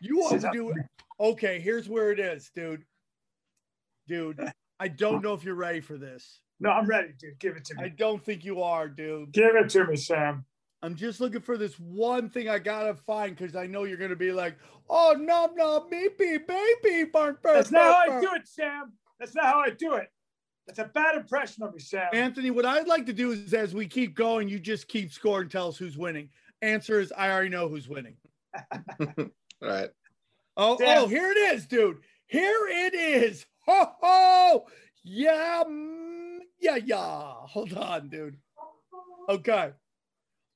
Speaker 4: You
Speaker 7: This
Speaker 4: are
Speaker 7: is a-
Speaker 4: do Okay, here's where it is, dude. dude. I don't know if you're ready for this.
Speaker 7: No, I'm ready, dude. Give it to me.
Speaker 4: I don't think you are, dude.
Speaker 7: Give it to me, Sam.
Speaker 4: I'm just looking for this one thing I gotta find because I know you're gonna be like, oh nom nom meepy baby burn burn.
Speaker 7: That's not how I
Speaker 4: burn,
Speaker 7: do it, Sam. That's not how I do it. That's a bad impression of me, Sam.
Speaker 4: Anthony, what I'd like to do is as we keep going, you just keep score and tell us who's winning. Answer is I already know who's winning.
Speaker 3: All right.
Speaker 4: Oh,
Speaker 7: Damn.
Speaker 4: oh, here it is, dude. Here it is. Ho ho. Yeah. mm, Yeah, yeah. Hold on, dude. Okay.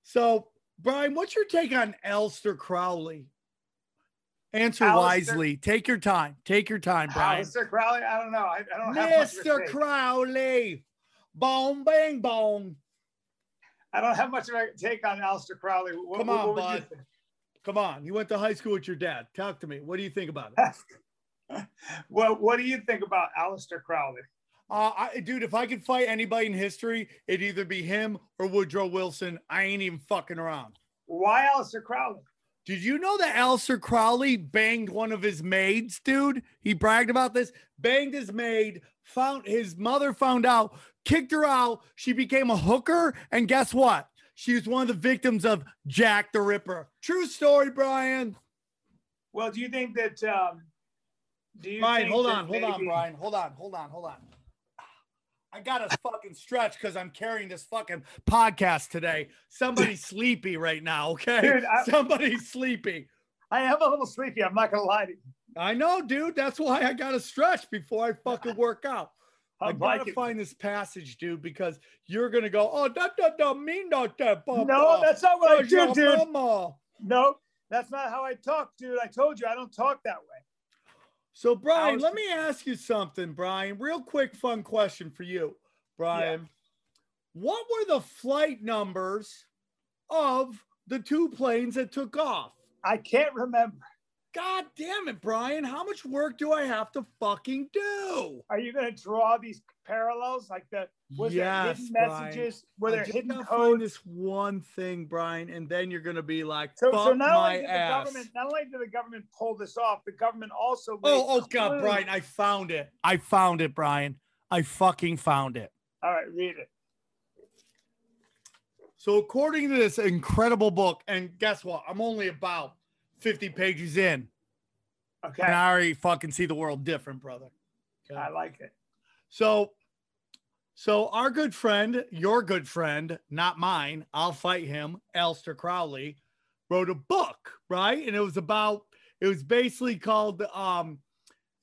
Speaker 4: So, Brian, what's your take on Elster Crowley? Answer
Speaker 7: Alistair-
Speaker 4: wisely. Take your time. Take your time, Brian.
Speaker 7: Mr. Crowley, I don't know. I, I don't have much of
Speaker 4: Mr.
Speaker 7: a take.
Speaker 4: Crowley. Boom, bang, boom.
Speaker 7: I don't have much of a take on Alistair Crowley. What,
Speaker 4: Come
Speaker 7: what-
Speaker 4: on,
Speaker 7: what would you
Speaker 4: bud.
Speaker 7: think?
Speaker 4: Come on. You went to high school with your dad. Talk to me. What do you think about it?
Speaker 7: Well, what do you think about Alistair Crowley?
Speaker 4: Uh, I, dude, if I could fight anybody in history, it'd either be him or Woodrow Wilson. I ain't even fucking around.
Speaker 7: Why Alistair Crowley?
Speaker 4: Did you know that Alistair Crowley banged one of his maids, dude? He bragged about this, banged his maid, found his mother found out, kicked her out. She became a hooker, and guess what? She was one of the victims of Jack the Ripper. True story, Brian.
Speaker 7: Well, do you think that? Um, do you
Speaker 4: Brian,
Speaker 7: think
Speaker 4: hold
Speaker 7: that
Speaker 4: on, hold on,
Speaker 7: maybe-
Speaker 4: Brian. Hold on, hold on, hold on. I gotta fucking stretch because I'm carrying this fucking podcast today. Somebody's sleepy right now, okay?
Speaker 7: Dude, I-
Speaker 4: Somebody's sleepy.
Speaker 7: I am a little sleepy. I'm not gonna lie to you.
Speaker 4: I know, dude. That's why I gotta stretch before I fucking work out.
Speaker 7: I'm
Speaker 4: I gotta
Speaker 7: like it.
Speaker 4: find this passage, dude, because you're gonna go, oh, that that that mean that that. blah,
Speaker 7: No,
Speaker 4: blah,
Speaker 7: that's not what I
Speaker 4: blah, blah,
Speaker 7: do, dude.
Speaker 4: blah."
Speaker 7: No, that's not how I talk, dude. I told you I don't talk that way.
Speaker 4: So, Brian,
Speaker 7: was-
Speaker 4: let me ask you something, Brian. Real quick, fun question for you, Brian. What were the flight numbers of the two planes that took off?
Speaker 7: I can't remember.
Speaker 4: God damn it, Brian. How much work do I have to fucking do?
Speaker 7: Are you gonna draw these parallels? Like the was there
Speaker 4: Yes,
Speaker 7: hidden
Speaker 4: Brian.
Speaker 7: messages? Were
Speaker 4: I
Speaker 7: there
Speaker 4: just
Speaker 7: hidden
Speaker 4: gotta
Speaker 7: codes?
Speaker 4: Find this one thing, Brian, and then you're going to be like,
Speaker 7: So,
Speaker 4: fuck
Speaker 7: so not
Speaker 4: my
Speaker 7: only did the
Speaker 4: ass.
Speaker 7: government, not only did the government pull this off, the government also
Speaker 4: oh, oh,
Speaker 7: laid
Speaker 4: God,
Speaker 7: clues-
Speaker 4: Brian. I found it. I found it, Brian. I fucking found it.
Speaker 7: All right, read it.
Speaker 4: So, according to this incredible book, and guess what? I'm only about 50 pages in,
Speaker 7: Okay,
Speaker 4: and I already fucking see the world different, brother.
Speaker 7: I like it.
Speaker 4: So, so our good friend, your good friend, not mine, I'll fight him, Elster Crowley, wrote a book, right? And it was about, it was basically called, um,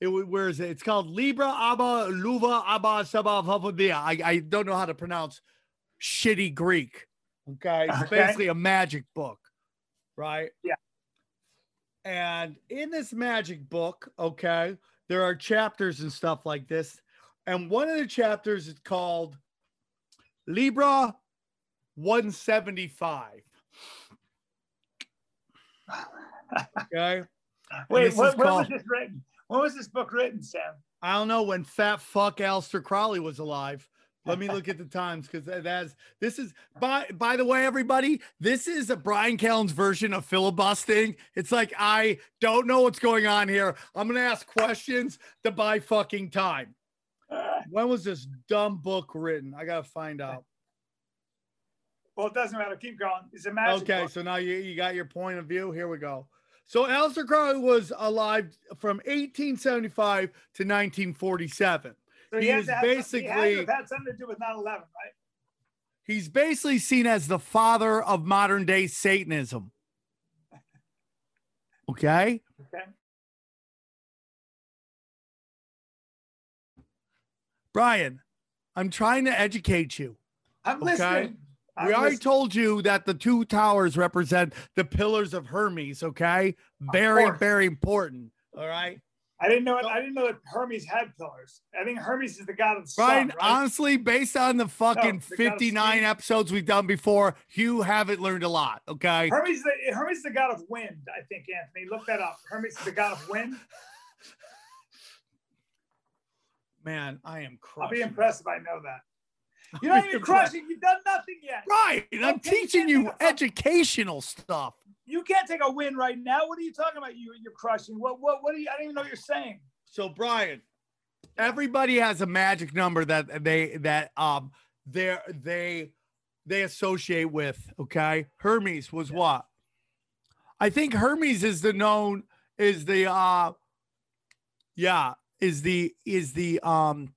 Speaker 4: it wa- where is it? It's called Libra Abba Luva Abba Saba Vapadia. I, I don't know how to pronounce shitty Greek. Okay. It's
Speaker 7: Okay.
Speaker 4: basically a magic book, right?
Speaker 7: Yeah.
Speaker 4: And in this magic book, okay, there are chapters and stuff like this and one of the chapters is called Libra 175. okay.
Speaker 7: Wait,
Speaker 4: this
Speaker 7: what,
Speaker 4: is
Speaker 7: when
Speaker 4: called-
Speaker 7: was this written? When was this book written, Sam?
Speaker 4: I don't know when fat fuck Alistair Crowley was alive. Let me look at the times because that's this is by by the way, everybody, this is a Brian Callen's version of filibustering. It's like I don't know what's going on here. I'm gonna ask questions to buy fucking time.
Speaker 7: Uh,
Speaker 4: When was this dumb book written? I gotta find out.
Speaker 7: well, it doesn't matter. Keep going. It's a magic
Speaker 4: Okay,
Speaker 7: book.
Speaker 4: so now you, you got your point of view. Here we go. So Aleister Crowley was alive from 1875 to 1947.
Speaker 7: So
Speaker 4: he
Speaker 7: had
Speaker 4: is
Speaker 7: to have- he had to
Speaker 4: basically-
Speaker 7: have had something to do with 9/11, right?
Speaker 4: He's basically seen as the father of modern day Satanism. Okay?
Speaker 7: Okay.
Speaker 4: Brian, I'm trying to educate you.
Speaker 7: I'm
Speaker 4: Okay.
Speaker 7: listening. I'm
Speaker 4: we already
Speaker 7: listening.
Speaker 4: told you that the two towers represent the pillars of Hermes, okay? Very,
Speaker 7: course.
Speaker 4: very important. All right.
Speaker 7: I didn't know. I didn't know that Hermes had pillars. I think Hermes is the god of the
Speaker 4: Brian,
Speaker 7: sun. Right?
Speaker 4: honestly, based on the fucking
Speaker 7: they gotta
Speaker 4: 59
Speaker 7: see.
Speaker 4: episodes we've done before, you haven't learned a lot, okay?
Speaker 7: Hermes, is the, Hermes is the god of wind. I think Anthony, look that up. Hermes is the god of wind.
Speaker 4: Man, I am
Speaker 7: I'll
Speaker 4: crushing.
Speaker 7: be impressed if I know that. You're
Speaker 4: I'll
Speaker 7: not
Speaker 4: be
Speaker 7: even
Speaker 4: impressed.
Speaker 7: crushing. You've done nothing yet.
Speaker 4: Brian, I'm
Speaker 7: Okay, you
Speaker 4: teaching
Speaker 7: can't
Speaker 4: you
Speaker 7: make a-
Speaker 4: educational stuff.
Speaker 7: You can't take a win right now. What are you talking about? You, you're crushing. What? What? What are you? I don't even know what you're saying.
Speaker 4: So, Brian,
Speaker 8: everybody has a magic number that they that um they they they associate with. Okay, Hermes was what? I think Hermes is the known is the uh yeah is the is the um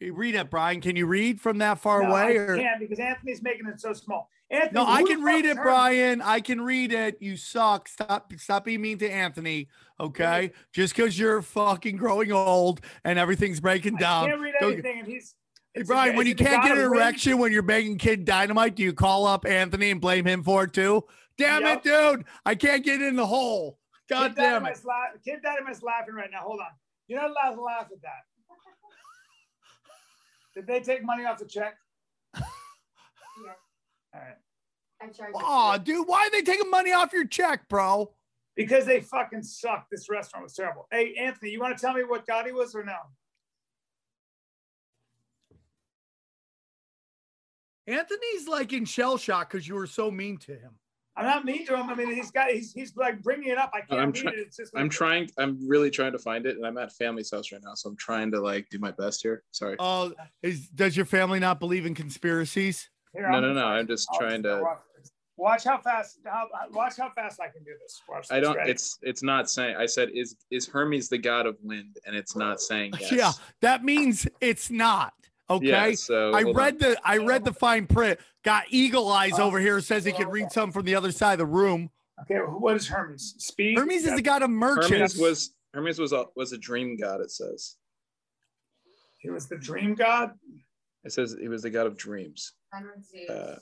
Speaker 8: read it Brian can you read from that far
Speaker 7: No,
Speaker 8: away
Speaker 7: I
Speaker 8: or
Speaker 7: can't because Anthony's making it so small. Anthony,
Speaker 8: no I
Speaker 7: who the
Speaker 8: can
Speaker 7: fuck
Speaker 8: read
Speaker 7: is
Speaker 8: it
Speaker 7: Hermes?
Speaker 8: Brian I can read it you suck stop stop being mean to Anthony okay just because you're fucking growing old and everything's breaking
Speaker 7: I
Speaker 8: down
Speaker 7: can't read
Speaker 8: Don't-
Speaker 7: anything, and he's.
Speaker 8: Hey,
Speaker 7: it's a-
Speaker 8: Brian,
Speaker 7: it's
Speaker 8: when you
Speaker 7: a
Speaker 8: can't
Speaker 7: god
Speaker 8: get an
Speaker 7: of wind.
Speaker 8: erection when you're banging Kid Dynamite, do you call up Anthony and blame him for it too? Damn it, dude! I can't get in the hole. God
Speaker 7: Kid
Speaker 8: damn it!
Speaker 7: Dynamite's la- Kid Dynamite's laughing right now. Hold on. You're not allowed to laugh at that. Did they take money off the check?
Speaker 9: Yeah.
Speaker 7: All right.
Speaker 9: I charge.
Speaker 8: Aw, dude, why are they taking money off your check, bro?
Speaker 7: Because they fucking suck. This restaurant was terrible. Hey, Anthony, you want to tell me what god he was or no?
Speaker 8: Anthony's like in shell shock because you were so mean to him.
Speaker 7: I'm not mean to him. I mean, he's got he's, he's like bringing it up. I can't
Speaker 3: I'm
Speaker 7: read
Speaker 3: try-
Speaker 7: it. It's just
Speaker 3: I'm trying. I'm really trying to find it, and I'm at family's house right now, so I'm trying to like do my best here. Sorry.
Speaker 4: Uh,
Speaker 8: Oh, is does your family not believe in conspiracies?
Speaker 7: Here,
Speaker 3: No,
Speaker 7: I'm-
Speaker 3: no, no. I'm just
Speaker 7: I'll
Speaker 3: trying
Speaker 7: just
Speaker 3: to.
Speaker 7: Watch, this. Watch how fast. How, watch how fast I can do this. Watch
Speaker 3: I
Speaker 7: this.
Speaker 3: don't.
Speaker 7: Ready?
Speaker 3: It's it's not saying. I said is is Hermes the god of wind, and it's not saying yes.
Speaker 8: Yeah, that means it's not okay.
Speaker 3: Yeah, so
Speaker 8: I
Speaker 3: hold
Speaker 8: read the I read the fine print. Got eagle eyes
Speaker 3: Uh,
Speaker 7: Oh,
Speaker 8: over here says he could read some from the other side of the room.
Speaker 7: okay. What is Hermes? Speed.
Speaker 8: Hermes is the god of
Speaker 3: on.
Speaker 8: merchants.
Speaker 3: Hermes was Hermes was a was a dream god. It says.
Speaker 7: He was the dream god,
Speaker 3: It says he was the god of dreams.
Speaker 9: Sun of Zeus,
Speaker 3: Uh,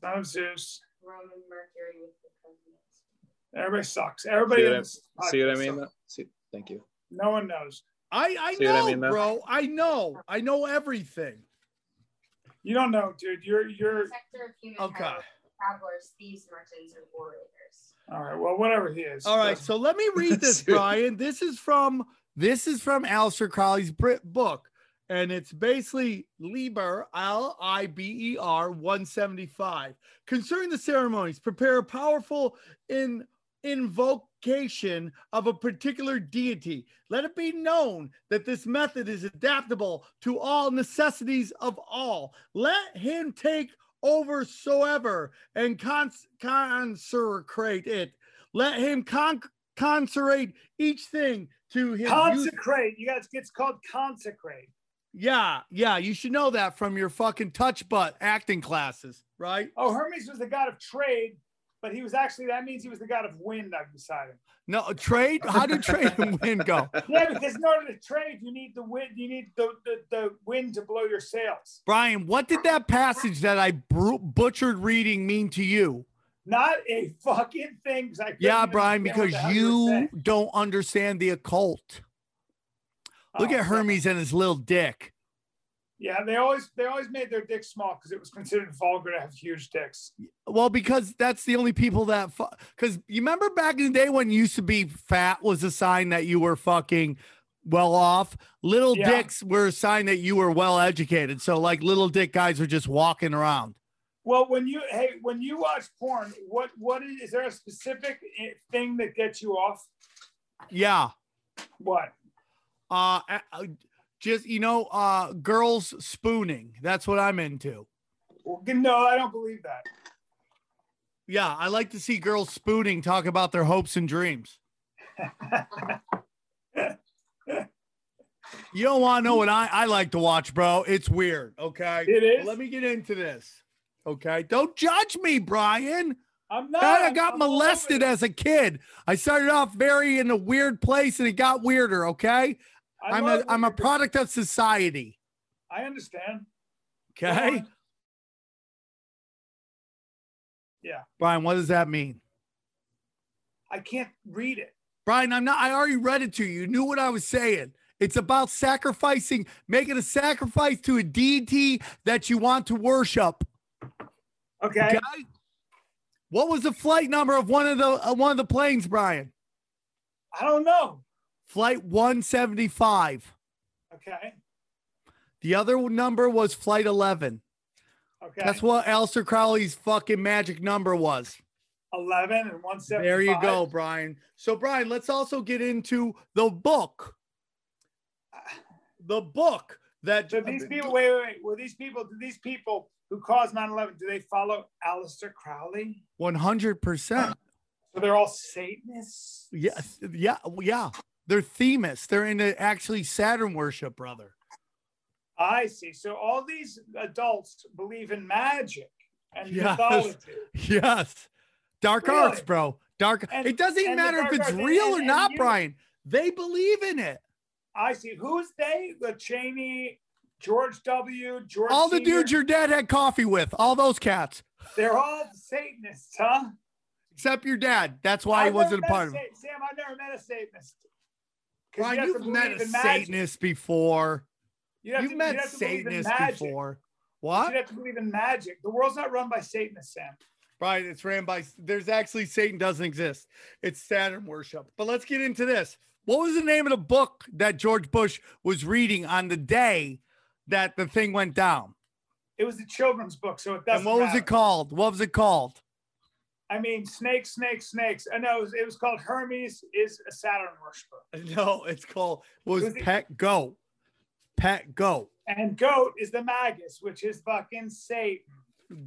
Speaker 7: son of Zeus.
Speaker 9: Roman Mercury with the covenant.
Speaker 7: Everybody sucks. Everybody.
Speaker 3: See what
Speaker 7: in
Speaker 3: I-
Speaker 7: this
Speaker 3: See what I
Speaker 7: podcast
Speaker 3: mean?
Speaker 7: sucks.
Speaker 3: See, thank you.
Speaker 7: No one knows.
Speaker 8: I I
Speaker 3: See what I
Speaker 8: know,
Speaker 3: mean, though?
Speaker 8: bro. I know. I know everything.
Speaker 7: You don't know, dude. You're you're.
Speaker 9: Protector of human
Speaker 8: Er, Okay.
Speaker 9: okay. travelers, thieves, merchants, or orators.
Speaker 7: All right. Well, whatever he is.
Speaker 8: All right, so let me read this,
Speaker 3: Dude.
Speaker 8: Brian. This is from this is from Alistair Crowley's Brit book, and it's basically Liber L I B E R one seventy five. Concerning the ceremonies, prepare a powerful in invocation of a particular deity. Let it be known that this method is adaptable to all necessities of all. Let him take over soever and cons- consecrate it let him con- consecrate each thing to his. use-
Speaker 7: consecrate. You guys, it's called consecrate.
Speaker 8: yeah, yeah. You should know that from your fucking touch butt acting classes, right?
Speaker 7: Oh, Hermes was the god of trade, but he was actually that means he was the god of wind. I've decided.
Speaker 8: No, trade. How did trade and win go?
Speaker 7: Yeah, because in order to trade, you need the wind. You need the the, the wind to blow your sails.
Speaker 8: Brian, what did that passage that I bru- butchered reading mean to you?
Speaker 7: Not a fucking thing. 'cause I couldn't
Speaker 8: Yeah,
Speaker 7: even
Speaker 8: Brian,
Speaker 7: understand what
Speaker 8: because
Speaker 7: the hell were
Speaker 8: you
Speaker 7: saying.
Speaker 8: don't understand the occult. Look
Speaker 7: Oh,
Speaker 8: at Hermes and his little dick.
Speaker 7: Yeah, they always they always made their dicks small because it was considered vulgar to have huge dicks.
Speaker 8: Well, because that's the only people that because you remember back in the day when you used to be fat was a sign that you were fucking well off. Little
Speaker 7: Yeah.
Speaker 8: dicks were a sign that you were well educated. So like little dick guys are just walking around.
Speaker 7: Well, when you hey, when you watch porn, what what is, is there a specific eh, thing that gets you off?
Speaker 8: Yeah.
Speaker 7: What?
Speaker 8: Uh uh, uh, just you know, uh girls spooning. That's what I'm into.
Speaker 7: Well, no, I don't believe that.
Speaker 8: Yeah, I like to see girls spooning talk about their hopes and dreams. you don't want to know what I, I like to watch, bro. It's weird. Okay.
Speaker 7: It is?
Speaker 8: Let me get into this. Okay. Don't judge me, Brian.
Speaker 7: I'm not.
Speaker 8: I
Speaker 7: I'm-
Speaker 8: got
Speaker 7: I'm all over
Speaker 8: molested
Speaker 7: it.
Speaker 8: as a kid. I started off very in a weird place and it got weirder. Okay.
Speaker 7: I
Speaker 8: I'm
Speaker 7: love
Speaker 8: a, I'm a
Speaker 7: weird-
Speaker 8: product of society.
Speaker 7: I understand.
Speaker 8: Okay.
Speaker 7: Yeah.
Speaker 8: Brian, what does that mean?
Speaker 7: I can't read it.
Speaker 8: Brian, I'm not. I already read it to you. You knew what I was saying. It's about sacrificing, making a sacrifice to a deity that you want to worship.
Speaker 7: Okay.
Speaker 8: Okay. What was the flight number of one of the uh, one of the planes, Brian?
Speaker 7: I don't know.
Speaker 8: Flight 175.
Speaker 7: Okay.
Speaker 8: The other number was flight 11.
Speaker 7: Okay.
Speaker 8: That's what Alistair Crowley's fucking magic number was. Oh,
Speaker 7: eleven and one seventy.
Speaker 8: There you go, Brian. So, Brian, let's also get into the book. the book that
Speaker 7: So these people, wait, wait, wait. Were these people, do these people who caused 9 11, do they follow Aleister Crowley?
Speaker 8: 100%.
Speaker 7: So they're all Satanists?
Speaker 8: Yes. Yeah. Yeah. They're themists. They're into actually Saturn worship, brother.
Speaker 7: I see. So all these adults believe in magic and
Speaker 8: Yes.
Speaker 7: mythology.
Speaker 8: Yes. Dark
Speaker 7: Really?
Speaker 8: arts, bro. Dark.
Speaker 7: And-
Speaker 8: it doesn't
Speaker 7: and
Speaker 8: even
Speaker 7: the
Speaker 8: matter if
Speaker 7: dark
Speaker 8: it's
Speaker 7: arts-
Speaker 8: real
Speaker 7: and-
Speaker 8: or
Speaker 7: and
Speaker 8: not,
Speaker 7: you-
Speaker 8: Brian. They believe in it.
Speaker 7: I see. Who's they? The Cheney, George W., George
Speaker 8: All the
Speaker 7: Senior?
Speaker 8: dudes your dad had coffee with, all those cats,
Speaker 7: They're all Satanists, huh?
Speaker 8: except your dad. That's why he
Speaker 7: I've
Speaker 8: wasn't a
Speaker 7: never met
Speaker 8: part of it.
Speaker 7: Sa- Sam, I've never met a Satanist. 'Cause
Speaker 8: Brian,
Speaker 7: have
Speaker 8: you've
Speaker 7: to
Speaker 8: met
Speaker 7: believe
Speaker 8: a
Speaker 7: in magic.
Speaker 8: Satanist before.
Speaker 7: You have
Speaker 8: You've
Speaker 7: to-
Speaker 8: met
Speaker 7: you have to believe in
Speaker 8: Satanists
Speaker 7: magic.
Speaker 8: before.
Speaker 7: You
Speaker 8: What?
Speaker 7: have to believe in magic. The world's not run by Satanists, Sam.
Speaker 8: Brian, it's ran by, there's actually Satan doesn't exist. It's Saturn worship. But let's get into this. What was the name of the book that George Bush was reading on the day that the thing went down?
Speaker 7: It was a children's book, so it doesn't
Speaker 8: And what was
Speaker 7: matter.
Speaker 8: it called? What was it called?
Speaker 7: I mean, snakes, snakes, snakes. I know it was, it was called Hermes is a Saturn worshiper.
Speaker 8: No, it's called, was
Speaker 7: Was it-
Speaker 8: Pet Go. Pet Go.
Speaker 7: And goat is the magus, which is fucking Satan.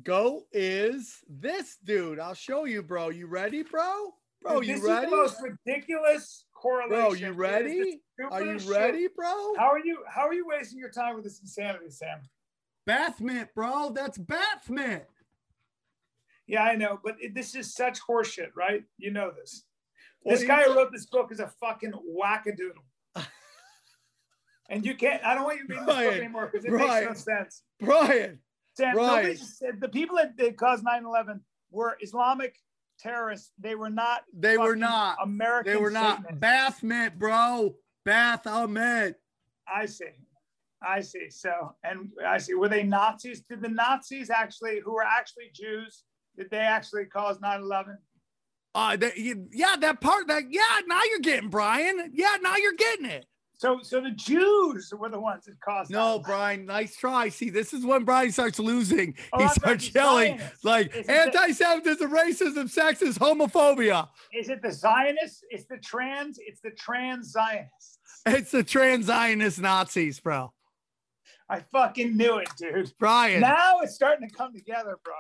Speaker 8: Go is this dude. I'll show you, bro. You ready, bro? Bro,
Speaker 7: Dude, this
Speaker 8: you ready?
Speaker 7: is the most ridiculous correlation.
Speaker 8: Bro,
Speaker 7: It
Speaker 8: you
Speaker 7: is the
Speaker 8: ready? Are you
Speaker 7: stupidest shit.
Speaker 8: ready, bro?
Speaker 7: How are you? How are you wasting your time with this insanity, Sam?
Speaker 8: Bath mint, bro. That's bath mint.
Speaker 7: Yeah, I know, but it, this is such horseshit, right? You know this.
Speaker 8: What
Speaker 7: this
Speaker 8: do
Speaker 7: guy
Speaker 8: you-
Speaker 7: who wrote this book is a fucking wackadoodle. and you can't. I don't want you reading this book
Speaker 8: Brian,
Speaker 7: anymore because it
Speaker 8: Brian.
Speaker 7: makes no sense.
Speaker 8: Brian.
Speaker 7: Sam,
Speaker 8: Brian.
Speaker 7: nobody just said the people that, that caused 9/11 were Islamic terrorists. They were not.
Speaker 8: They were
Speaker 7: fucking
Speaker 8: not.
Speaker 7: American.
Speaker 8: They were not.
Speaker 7: Satanists.
Speaker 8: Bath mint, bro. Bath mint.
Speaker 7: I see. I see. So, and I see. Were they Nazis? Did the Nazis actually, who were actually Jews, did they actually cause 9 11?
Speaker 8: Uh, that, yeah, that part. That yeah. Now you're getting Brian. Yeah, now you're getting it.
Speaker 7: So, so the Jews were the ones that caused.
Speaker 8: No,
Speaker 7: 9/11.
Speaker 8: Brian, nice try. See, this is when Brian starts losing.
Speaker 7: Oh,
Speaker 8: he
Speaker 7: I'm
Speaker 8: starts
Speaker 7: sorry,
Speaker 8: yelling
Speaker 7: Zionist.
Speaker 8: like
Speaker 7: It's a-
Speaker 8: anti-Semitism, racism, sexism, homophobia.
Speaker 7: Is it the Zionists? It's the trans. It's the trans Zionists.
Speaker 8: It's the trans Zionist Nazis, bro.
Speaker 7: I fucking knew it, dude.
Speaker 8: Brian.
Speaker 7: Now it's starting to come together, bro.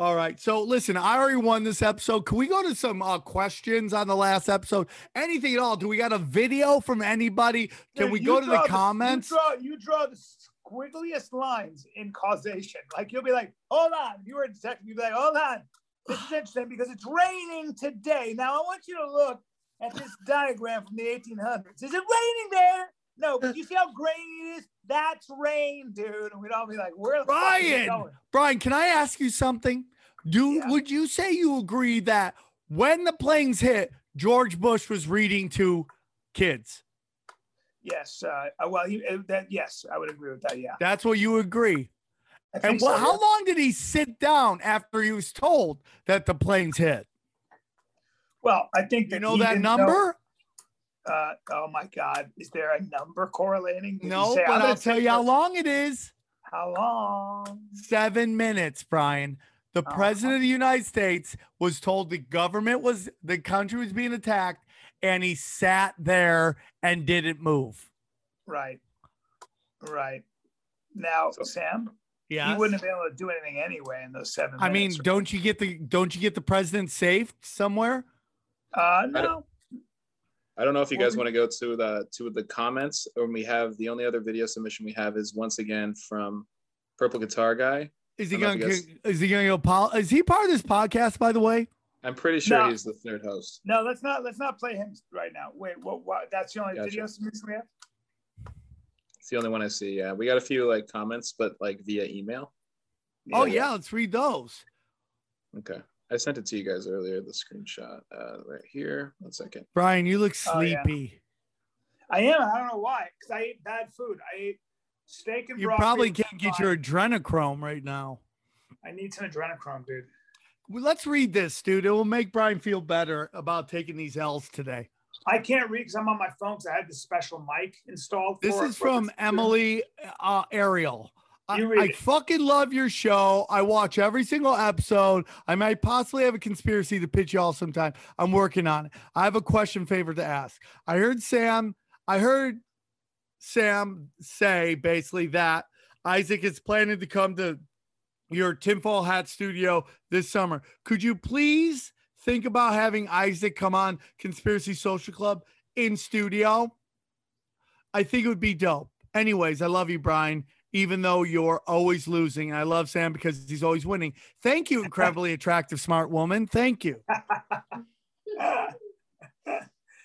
Speaker 8: All right. So listen, I already won this episode. Can we go to some uh, questions on the last episode? Anything at all? Do we got a video from anybody? Can
Speaker 7: Dude,
Speaker 8: we
Speaker 7: you
Speaker 8: go to the
Speaker 7: draw you
Speaker 8: comments?
Speaker 7: draw- You draw, the squiggliest lines in causation. Like you'll be like, hold on, you were in tech, you'd be like, hold on, this is interesting because it's raining today. Now I want you to look at this diagram from the 1800s. Is it raining there? No, but you see how grainy it is? That's rain, dude. And we'd all be like, where the fuck is
Speaker 8: Ryan!
Speaker 7: it going?
Speaker 8: Brian, can I ask you something? Do
Speaker 7: Yeah.
Speaker 8: would you say you agree that when the planes hit, George Bush was reading to kids?
Speaker 7: Yes. Uh, well, you, uh, that, yes, I would agree with that. Yeah.
Speaker 8: That's what you agree.
Speaker 7: I think
Speaker 8: And
Speaker 7: so,
Speaker 8: what,
Speaker 7: yeah.
Speaker 8: how long did he sit down after he was told that the planes hit?
Speaker 7: Well, I think
Speaker 8: You
Speaker 7: that
Speaker 8: know
Speaker 7: he
Speaker 8: that
Speaker 7: didn't know-
Speaker 8: number?
Speaker 7: uh, oh my God, is there a number correlating? Did you
Speaker 8: No,
Speaker 7: say, I'm
Speaker 8: but
Speaker 7: gonna
Speaker 8: I'll tell
Speaker 7: sit
Speaker 8: you how
Speaker 7: for-
Speaker 8: long it is.
Speaker 7: How long?
Speaker 8: Seven minutes, Brian. The
Speaker 7: Oh.
Speaker 8: president of the United States was told the government was the country was being attacked, and he sat there and didn't move.
Speaker 7: Right, right. Now, Sam,
Speaker 8: Yeah.
Speaker 7: he wouldn't have been able to do anything anyway in those seven.
Speaker 8: I mean,
Speaker 7: minutes, right?
Speaker 8: don't you get the don't you get the president safe somewhere?
Speaker 7: Uh, no,
Speaker 3: I don't know if you guys
Speaker 7: Well,
Speaker 3: want to go to the to the comments, or we have the only other video submission we have is once again from Purple Guitar Guy.
Speaker 8: Is he
Speaker 3: I don't
Speaker 8: going?
Speaker 3: know
Speaker 8: to
Speaker 3: if
Speaker 8: Is he going to apol? Is he part of this podcast? By the way,
Speaker 3: I'm pretty sure
Speaker 7: No.
Speaker 3: he's the third host.
Speaker 7: no. Let's not. Let's not play him right now. Wait, what? what that's the only
Speaker 3: Gotcha.
Speaker 7: video submission we have.
Speaker 3: It's the only one I see. Yeah, we got a few like comments, but like via email.
Speaker 8: oh yeah, let's read those.
Speaker 3: Okay, I sent it to you guys earlier. The screenshot uh, right here. One second.
Speaker 8: Brian, you look
Speaker 7: Oh, yeah.
Speaker 8: sleepy.
Speaker 7: I am. I don't know why. Because I ate bad food. I ate steak and
Speaker 8: You
Speaker 7: broccoli
Speaker 8: probably
Speaker 7: with
Speaker 8: can't get
Speaker 7: fine.
Speaker 8: your adrenochrome right now.
Speaker 7: I need some adrenochrome, dude.
Speaker 8: Well, let's read this, dude. It will make Brian feel better about taking these L's today.
Speaker 7: I can't read because I'm on my phone because I had this special mic installed.
Speaker 8: This
Speaker 7: for
Speaker 8: is
Speaker 7: for
Speaker 8: from Emily uh, Ariel. I,
Speaker 7: You read
Speaker 8: I
Speaker 7: it.
Speaker 8: fucking love your show. I watch every single episode. I might possibly have a conspiracy to pitch y'all sometime. I'm working on it. I have a question favor to ask. I heard Sam, I heard Sam say basically that Isaac is planning to come to your tinfoil hat studio this summer. Could you please think about having Isaac come on Conspiracy Social Club in studio? I think it would be dope. Anyways, I love you, Brian, even though you're always losing. I love Sam because he's always winning. Thank you, incredibly attractive, smart woman. Thank you.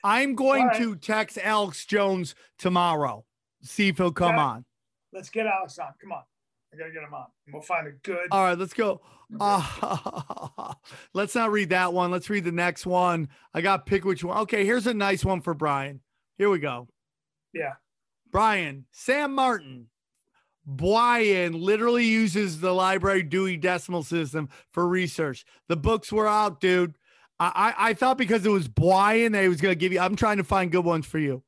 Speaker 8: I'm going
Speaker 7: right.
Speaker 8: to text Alex Jones tomorrow. See if he'll come
Speaker 7: Okay.
Speaker 8: on.
Speaker 7: Let's get Alex on. Come on. I gotta get him on. We'll find a good.
Speaker 8: All right, let's go. Uh, let's not read that one. Let's read the next one. I got pick which one. Okay, here's a nice one for Brian. Here we go.
Speaker 7: Yeah.
Speaker 8: Brian, Sam Martin. Brian literally uses the library Dewey Decimal System for research. The books were out, dude. I, I, I thought because it was Brian, they was gonna give you. I'm trying to find good ones for you.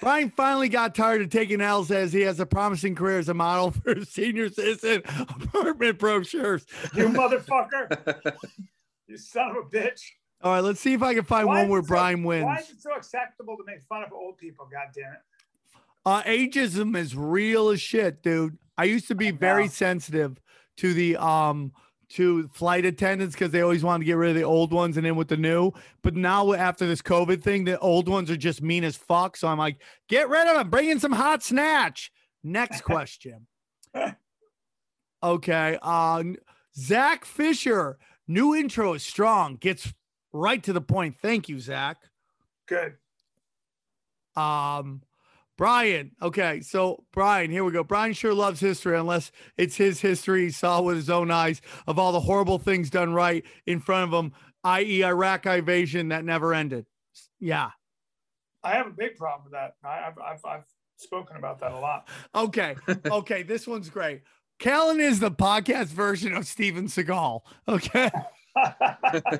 Speaker 8: Brian finally got tired of taking L's as he has a promising career as a model for senior citizen apartment brochures.
Speaker 7: You motherfucker. you son of a bitch.
Speaker 8: All right, let's see if I can find
Speaker 7: Why
Speaker 8: one
Speaker 7: is
Speaker 8: where
Speaker 7: it so-
Speaker 8: Brian
Speaker 7: Why
Speaker 8: wins.
Speaker 7: is it so acceptable to make fun of old people? God damn it.
Speaker 8: Uh, ageism is real as shit, dude. I used to be very
Speaker 7: know.
Speaker 8: sensitive to the um to flight attendants because they always wanted to get rid of the old ones and in with the new. But now after this COVID thing, the old ones are just mean as fuck. So I'm like, get rid of them. Bring in some hot snatch. Next question. okay. Uh, n- Zach Fisher. New intro is strong. Gets right to the point. Thank you, Zach.
Speaker 7: Good.
Speaker 8: Um, Brian. Okay, so Brian, here we go. Brian sure loves history, unless it's his history he saw with his own eyes of all the horrible things done right in front of him, i.e., Iraq invasion that never ended. Yeah.
Speaker 7: I have a big problem with that. I, I've, I've, I've spoken about that a lot.
Speaker 8: Okay. Okay. this one's great. Callan is the podcast version of Steven Seagal. Okay.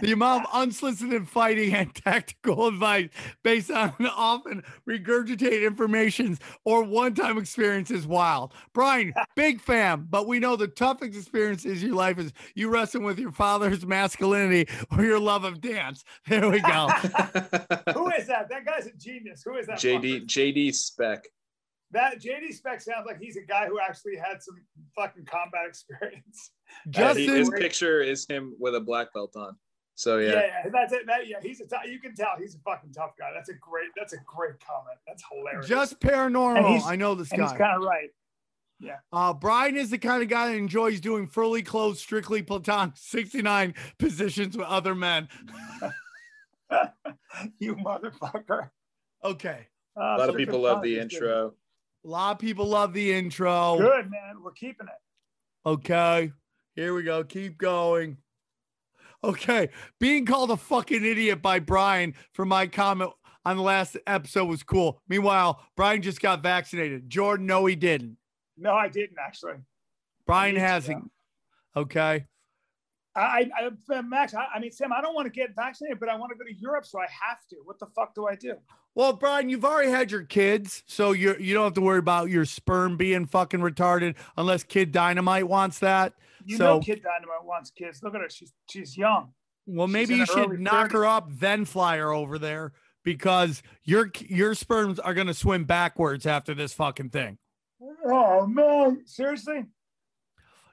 Speaker 8: the amount of unsolicited fighting and tactical advice based on often regurgitated informations or one-time experience is wild. Brian, big fan, but we know the toughest experience is your life is you wrestling with your father's masculinity or your love of dance. There we go.
Speaker 7: Who is that? That guy's a genius. Who is that? fucker?
Speaker 3: JD JD Spec.
Speaker 7: That JD Speck sounds like he's a guy who actually had some fucking combat experience.
Speaker 3: Yeah, he-
Speaker 8: Justin,
Speaker 3: his picture is him with a black belt on. So
Speaker 7: Yeah,
Speaker 3: yeah,
Speaker 7: yeah, that's it. That, yeah, he's a tough. You can tell he's a fucking tough guy. That's a great. That's a great comment. That's hilarious.
Speaker 8: just
Speaker 7: And
Speaker 8: paranormal.
Speaker 7: he's-
Speaker 8: I know this
Speaker 7: and he's
Speaker 8: guy.
Speaker 7: kind of right.
Speaker 8: Uh, Brian is the kind of guy that enjoys doing fully clothed, strictly platonic 69 positions with other men.
Speaker 7: You motherfucker.
Speaker 8: Okay.
Speaker 7: Uh,
Speaker 3: a lot of people love the intro.
Speaker 8: A lot of people love the intro.
Speaker 7: Good man. We're keeping it.
Speaker 8: Okay. Here we go. Keep going. Okay. Being called a fucking idiot by Brian for my comment on the last episode was cool. Meanwhile, Brian just got vaccinated. Jordan, no, he didn't.
Speaker 7: No, I didn't actually.
Speaker 8: Brian
Speaker 7: Me too.
Speaker 8: hasn't. Okay.
Speaker 7: I, I, I Max. I, I mean, Sam. I don't want to get vaccinated, but I want to go to Europe, so I have to. What the fuck do I do?
Speaker 8: Well, Brian, you've already had your kids, so you you don't have to worry about your sperm being fucking retarded unless Kid Dynamite wants that.
Speaker 7: You
Speaker 8: So-
Speaker 7: know, Kid Dynamite wants kids. Look at her. She's she's young.
Speaker 8: Well,
Speaker 7: She's
Speaker 8: maybe
Speaker 7: in
Speaker 8: you
Speaker 7: her
Speaker 8: should
Speaker 7: early
Speaker 8: knock
Speaker 7: 30s.
Speaker 8: her up, then fly her over there because your your sperms are gonna swim backwards after this fucking thing.
Speaker 7: Oh man, seriously?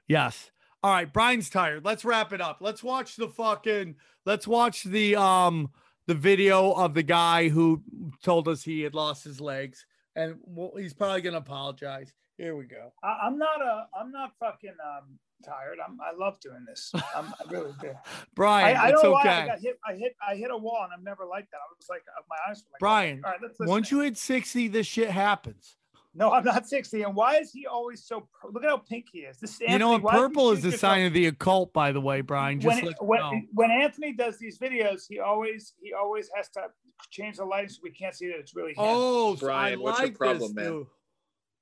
Speaker 8: Yes. All right, Brian's tired. Let's wrap it up. Let's watch the fucking let's watch the um the video of the guy who told us he had lost his legs and well, he's probably going to apologize. Here we go.
Speaker 7: I, I'm not a. I'm not fucking um, tired. I'm. I love doing this. I'm, I really do. I,
Speaker 8: Brian,
Speaker 7: I
Speaker 8: it's
Speaker 7: don't know
Speaker 8: okay.
Speaker 7: why I got hit. I hit. I hit a wall, and I'm never like that. I was like, uh, my eyes were like.
Speaker 8: Brian,
Speaker 7: All right, let's listen.
Speaker 8: once you hit 60, this shit happens.
Speaker 7: No, I'm not 60. And why is he always so? pur- Look at how pink he is. This is
Speaker 8: you know
Speaker 7: Anthony.
Speaker 8: what?
Speaker 7: Why
Speaker 8: Purple
Speaker 7: he
Speaker 8: is the
Speaker 7: choose
Speaker 8: sign of the occult, by the way, Brian. Just
Speaker 7: when,
Speaker 8: let you
Speaker 7: when,
Speaker 8: know.
Speaker 7: when Anthony does these videos, he always he always has to change the lighting so we can't see that it's really him.
Speaker 8: Oh, so
Speaker 3: Brian,
Speaker 8: I
Speaker 3: what's your
Speaker 8: like this,
Speaker 3: problem, man?
Speaker 8: dude.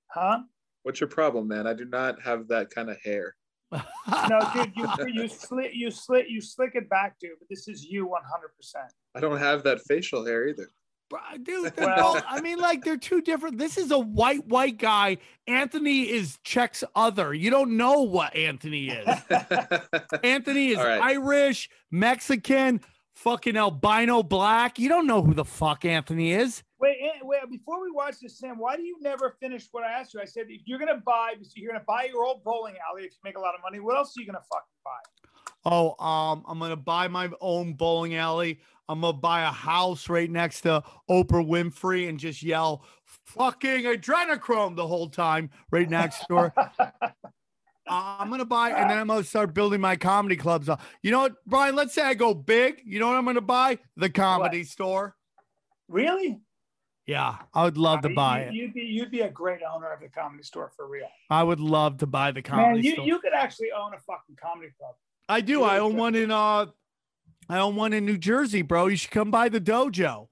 Speaker 7: Huh?
Speaker 3: What's your problem, man? I do not have that kind of hair.
Speaker 7: No, dude, you you slit you slit you slick it back, dude. But this is you 100. percent
Speaker 3: I don't have that facial hair either.
Speaker 8: Bri- dude. they're
Speaker 7: Well-
Speaker 8: both- I mean, like they're two different. This is a white white guy. Anthony is Czech's other. You don't know what Anthony is. Anthony is
Speaker 3: All right.
Speaker 8: Irish, Mexican, fucking albino black. You don't know who the fuck Anthony is.
Speaker 7: Wait, eh, wait. Before we watch this, Sam, why do you never finish what I asked you? I said if you're gonna buy, you're gonna buy your old bowling alley if you make a lot of money. What else are you gonna fucking buy?
Speaker 8: Oh, um, I'm gonna buy my own bowling alley. I'm gonna buy a house right next to Oprah Winfrey and just yell fucking adrenochrome the whole time right next door. Uh, I'm gonna buy, and then I'm gonna start building my comedy clubs. up. You know what, Brian? Let's say I go big. You know what I'm gonna buy? The comedy store.
Speaker 7: really?
Speaker 8: Yeah, I would love to
Speaker 7: You-
Speaker 8: buy
Speaker 7: you,
Speaker 8: it.
Speaker 7: You'd be you'd be a great owner of the comedy store for real.
Speaker 8: I would love to buy the comedy
Speaker 7: Man, you,
Speaker 8: store.
Speaker 7: you could actually own a fucking comedy club.
Speaker 8: I do. I own one in uh, I own one in New Jersey, bro. You should come by the dojo.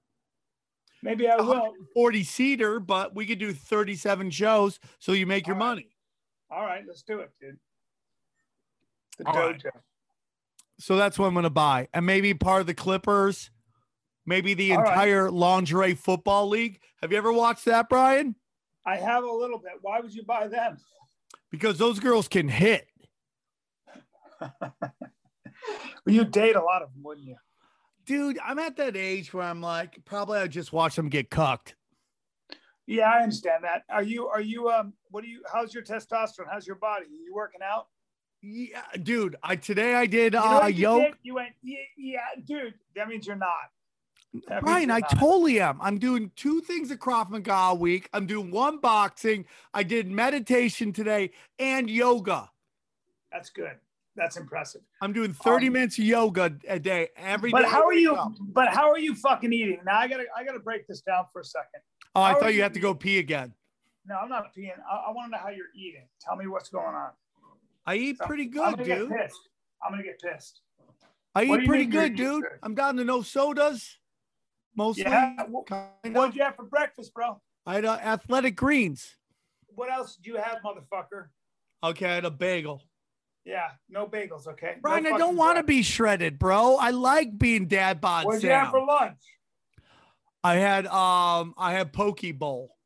Speaker 7: Maybe I
Speaker 8: A hundred
Speaker 7: will.
Speaker 8: 40 seater, but we could do 37 shows, so you make your
Speaker 7: All right.
Speaker 8: money.
Speaker 7: All right, let's do it, dude. The
Speaker 8: All right.
Speaker 7: dojo.
Speaker 8: So that's what I'm gonna buy, and maybe part of the Clippers, maybe the
Speaker 7: All right.
Speaker 8: entire lingerie football league. Have you ever watched that, Brian?
Speaker 7: I have a little bit. Why would you buy them?
Speaker 8: Because those girls can hit.
Speaker 7: Well, you date a lot of them, wouldn't you?
Speaker 8: Dude, I'm at that age where I'm like, probably I just watch them get cucked.
Speaker 7: Yeah, I understand that. Are you are you um what do you how's your testosterone? How's your body? Are you working out?
Speaker 8: Yeah, dude. I today I did
Speaker 7: You know
Speaker 8: uh
Speaker 7: what you
Speaker 8: yoke.
Speaker 7: did? You went, yeah, yeah, dude. That means you're not. That means
Speaker 8: Brian,
Speaker 7: you're
Speaker 8: I
Speaker 7: not.
Speaker 8: totally am. I'm doing two things at Krav Maga a week. I'm doing one boxing. I did meditation today and yoga.
Speaker 7: That's good. That's impressive.
Speaker 8: I'm doing 30
Speaker 7: Um,
Speaker 8: minutes of yoga a day every day. Oh,
Speaker 7: But how
Speaker 8: I
Speaker 7: are
Speaker 8: wake
Speaker 7: you?
Speaker 8: up.
Speaker 7: But how are you fucking eating? Now I gotta I gotta break this down for a second.
Speaker 8: Oh, I
Speaker 7: how are
Speaker 8: thought you
Speaker 7: you-
Speaker 8: had to go pee again.
Speaker 7: No, I'm not peeing. I, I want to know how you're eating. Tell me what's going on.
Speaker 8: I eat pretty
Speaker 7: I'm
Speaker 8: good,
Speaker 7: gonna
Speaker 8: dude.
Speaker 7: get pissed. I'm gonna get pissed.
Speaker 8: I
Speaker 7: What do
Speaker 8: eat
Speaker 7: you
Speaker 8: pretty
Speaker 7: mean you're
Speaker 8: good,
Speaker 7: eating
Speaker 8: dude.
Speaker 7: good?
Speaker 8: I'm down to no sodas, mostly.
Speaker 7: Yeah. wh-
Speaker 8: kinda.
Speaker 7: What'd you have for breakfast, bro?
Speaker 8: I had uh, athletic greens.
Speaker 7: What else did you have, motherfucker?
Speaker 8: Okay, I had a bagel.
Speaker 7: Yeah, no bagels, okay. No
Speaker 8: Brian, I don't
Speaker 7: fucking
Speaker 8: want to
Speaker 7: bread.
Speaker 8: be shredded, bro. I like being dad bod.
Speaker 7: What'd you
Speaker 8: Sam.
Speaker 7: have for lunch?
Speaker 8: I had um, I had poke bowl.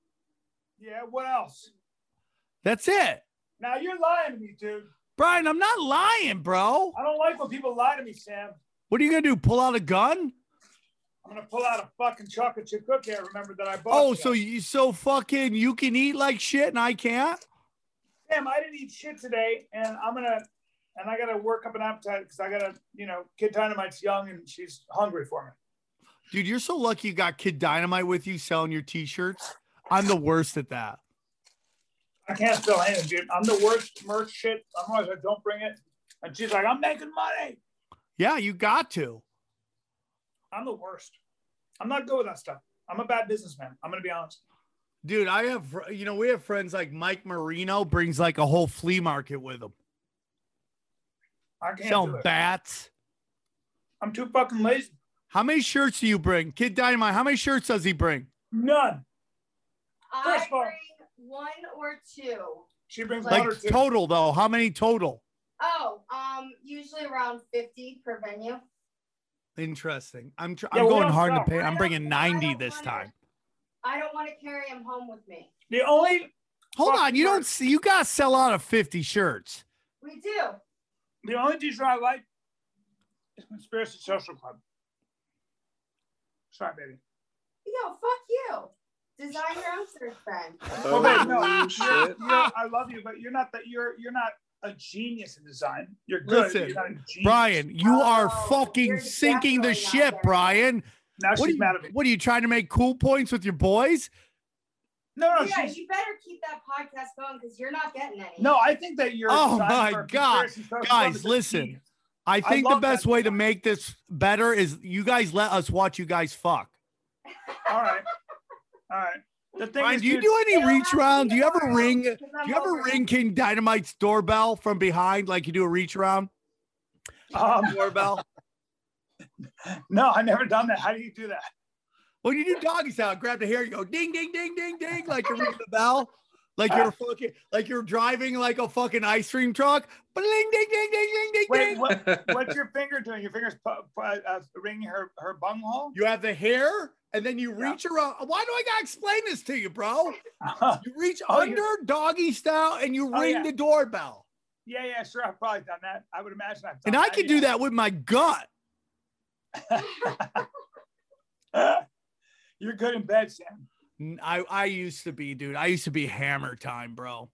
Speaker 7: Yeah, what else?
Speaker 8: That's it.
Speaker 7: Now you're lying to me, dude.
Speaker 8: Brian, I'm not lying, bro.
Speaker 7: I don't like when people lie to me, Sam.
Speaker 8: What are you gonna do? Pull out a gun?
Speaker 7: I'm gonna pull out a fucking chocolate chip cookie. I remember that I bought.
Speaker 8: Oh,
Speaker 7: you.
Speaker 8: so you so fucking you can eat like shit and I can't?
Speaker 7: Sam, I didn't eat shit today, and I'm gonna, and I gotta work up an appetite because I gotta, you know, Kid Dynamite's young and she's hungry for me.
Speaker 8: Dude, you're so lucky you got Kid Dynamite with you selling your t-shirts. I'm the worst at that.
Speaker 7: I can't sell anything, dude. I'm the worst merch shit. I'm always like, don't bring it. And she's like, I'm making money.
Speaker 8: Yeah, you got to.
Speaker 7: I'm the worst. I'm not good with that stuff. I'm a bad businessman. I'm gonna be honest.
Speaker 8: Dude, I have fr- you know, we have friends like Mike Marino brings like a whole flea market with him.
Speaker 7: I can't do
Speaker 8: Selling
Speaker 7: it.
Speaker 8: bats.
Speaker 7: I'm too fucking lazy.
Speaker 8: How many shirts do you bring? Kid Dynamite, how many shirts does he bring?
Speaker 7: None.
Speaker 9: I
Speaker 7: First of all-
Speaker 9: bring one or two.
Speaker 7: She brings
Speaker 9: Like,
Speaker 7: water
Speaker 8: Like
Speaker 7: too.
Speaker 8: total though, how many total?
Speaker 9: Oh, um, usually around fifty per venue.
Speaker 8: Interesting. I'm tr-
Speaker 7: Yeah,
Speaker 8: I'm
Speaker 7: we
Speaker 8: going
Speaker 7: don't
Speaker 8: hard to
Speaker 7: sell.
Speaker 8: pay.
Speaker 9: I
Speaker 8: I'm
Speaker 9: don't-
Speaker 8: bringing
Speaker 9: I
Speaker 8: 90
Speaker 9: don't
Speaker 8: this
Speaker 9: wanna-
Speaker 8: time.
Speaker 9: I don't want to carry him home with me.
Speaker 7: The only
Speaker 8: Hold
Speaker 7: Fuck
Speaker 8: on, you
Speaker 7: you.
Speaker 8: don't see. You gotta sell out of fifty shirts.
Speaker 9: We do.
Speaker 7: The only teacher I like is Conspiracy Social Club. Sorry, baby.
Speaker 9: No, fuck you. Design your own search friend.
Speaker 7: Oh, wait, no.
Speaker 3: Holy
Speaker 7: You're,
Speaker 3: shit.
Speaker 8: Ah!
Speaker 7: you're- I love you, but you're not that. You're you're not a genius in design. You're good.
Speaker 8: Listen,
Speaker 7: but you're not a genius.
Speaker 8: Brian, you are
Speaker 9: Oh,
Speaker 8: fucking
Speaker 9: you're
Speaker 8: sinking the
Speaker 9: definitely not
Speaker 8: ship,
Speaker 9: there.
Speaker 8: Brian.
Speaker 7: Now
Speaker 8: What are,
Speaker 7: she's
Speaker 8: you,
Speaker 7: mad at me.
Speaker 8: what are you trying to make cool points with your boys?
Speaker 7: No, no,
Speaker 9: yeah,
Speaker 7: she's.
Speaker 9: you better keep that podcast going because you're not getting any.
Speaker 7: No, I think that you're.
Speaker 8: Oh, my God. Guys, listen. I think the
Speaker 7: love
Speaker 8: best
Speaker 7: that
Speaker 8: way to
Speaker 7: design.
Speaker 8: make this better is you guys let us watch you guys fuck.
Speaker 7: All right. All right. The thing
Speaker 8: Brian,
Speaker 7: is,
Speaker 8: do you
Speaker 7: dude,
Speaker 8: do
Speaker 9: They
Speaker 8: any
Speaker 9: don't
Speaker 8: reach
Speaker 9: have to
Speaker 8: around?
Speaker 9: be
Speaker 8: Do you ever
Speaker 9: around
Speaker 8: ring? Do
Speaker 9: 'cause I'm
Speaker 8: you ever
Speaker 9: over it.
Speaker 8: ring King Dynamite's doorbell from behind like you do a reach around
Speaker 7: um,
Speaker 8: doorbell?
Speaker 7: no, I've never done that. How do you do that?
Speaker 8: When you do doggy style, grab the hair, you go ding, ding, ding, ding, ding, like you're ringing the bell, like you're
Speaker 7: Uh.
Speaker 8: fucking, like you're driving like a fucking ice cream truck. Ding, ding, ding, ding, ding, ding,
Speaker 7: Wait,
Speaker 8: ding.
Speaker 7: what, what's your finger doing? Your finger's pu- pu- uh, ringing her her bunghole.
Speaker 8: You have the hair, and then you
Speaker 7: Yeah.
Speaker 8: reach around. Why do I gotta explain this to you, bro?
Speaker 4: Uh-huh.
Speaker 8: You reach
Speaker 7: Oh, you-
Speaker 8: under doggy style, and you
Speaker 7: Oh,
Speaker 8: ring
Speaker 7: yeah.
Speaker 8: the
Speaker 7: Oh,
Speaker 8: doorbell.
Speaker 7: Yeah, yeah, sure. I've probably done that. I would imagine I've done
Speaker 8: And I could do
Speaker 7: yeah.
Speaker 8: that with my gut.
Speaker 7: You're good in bed, Sam.
Speaker 4: N- I I used to be, dude. I used to be hammer time, bro.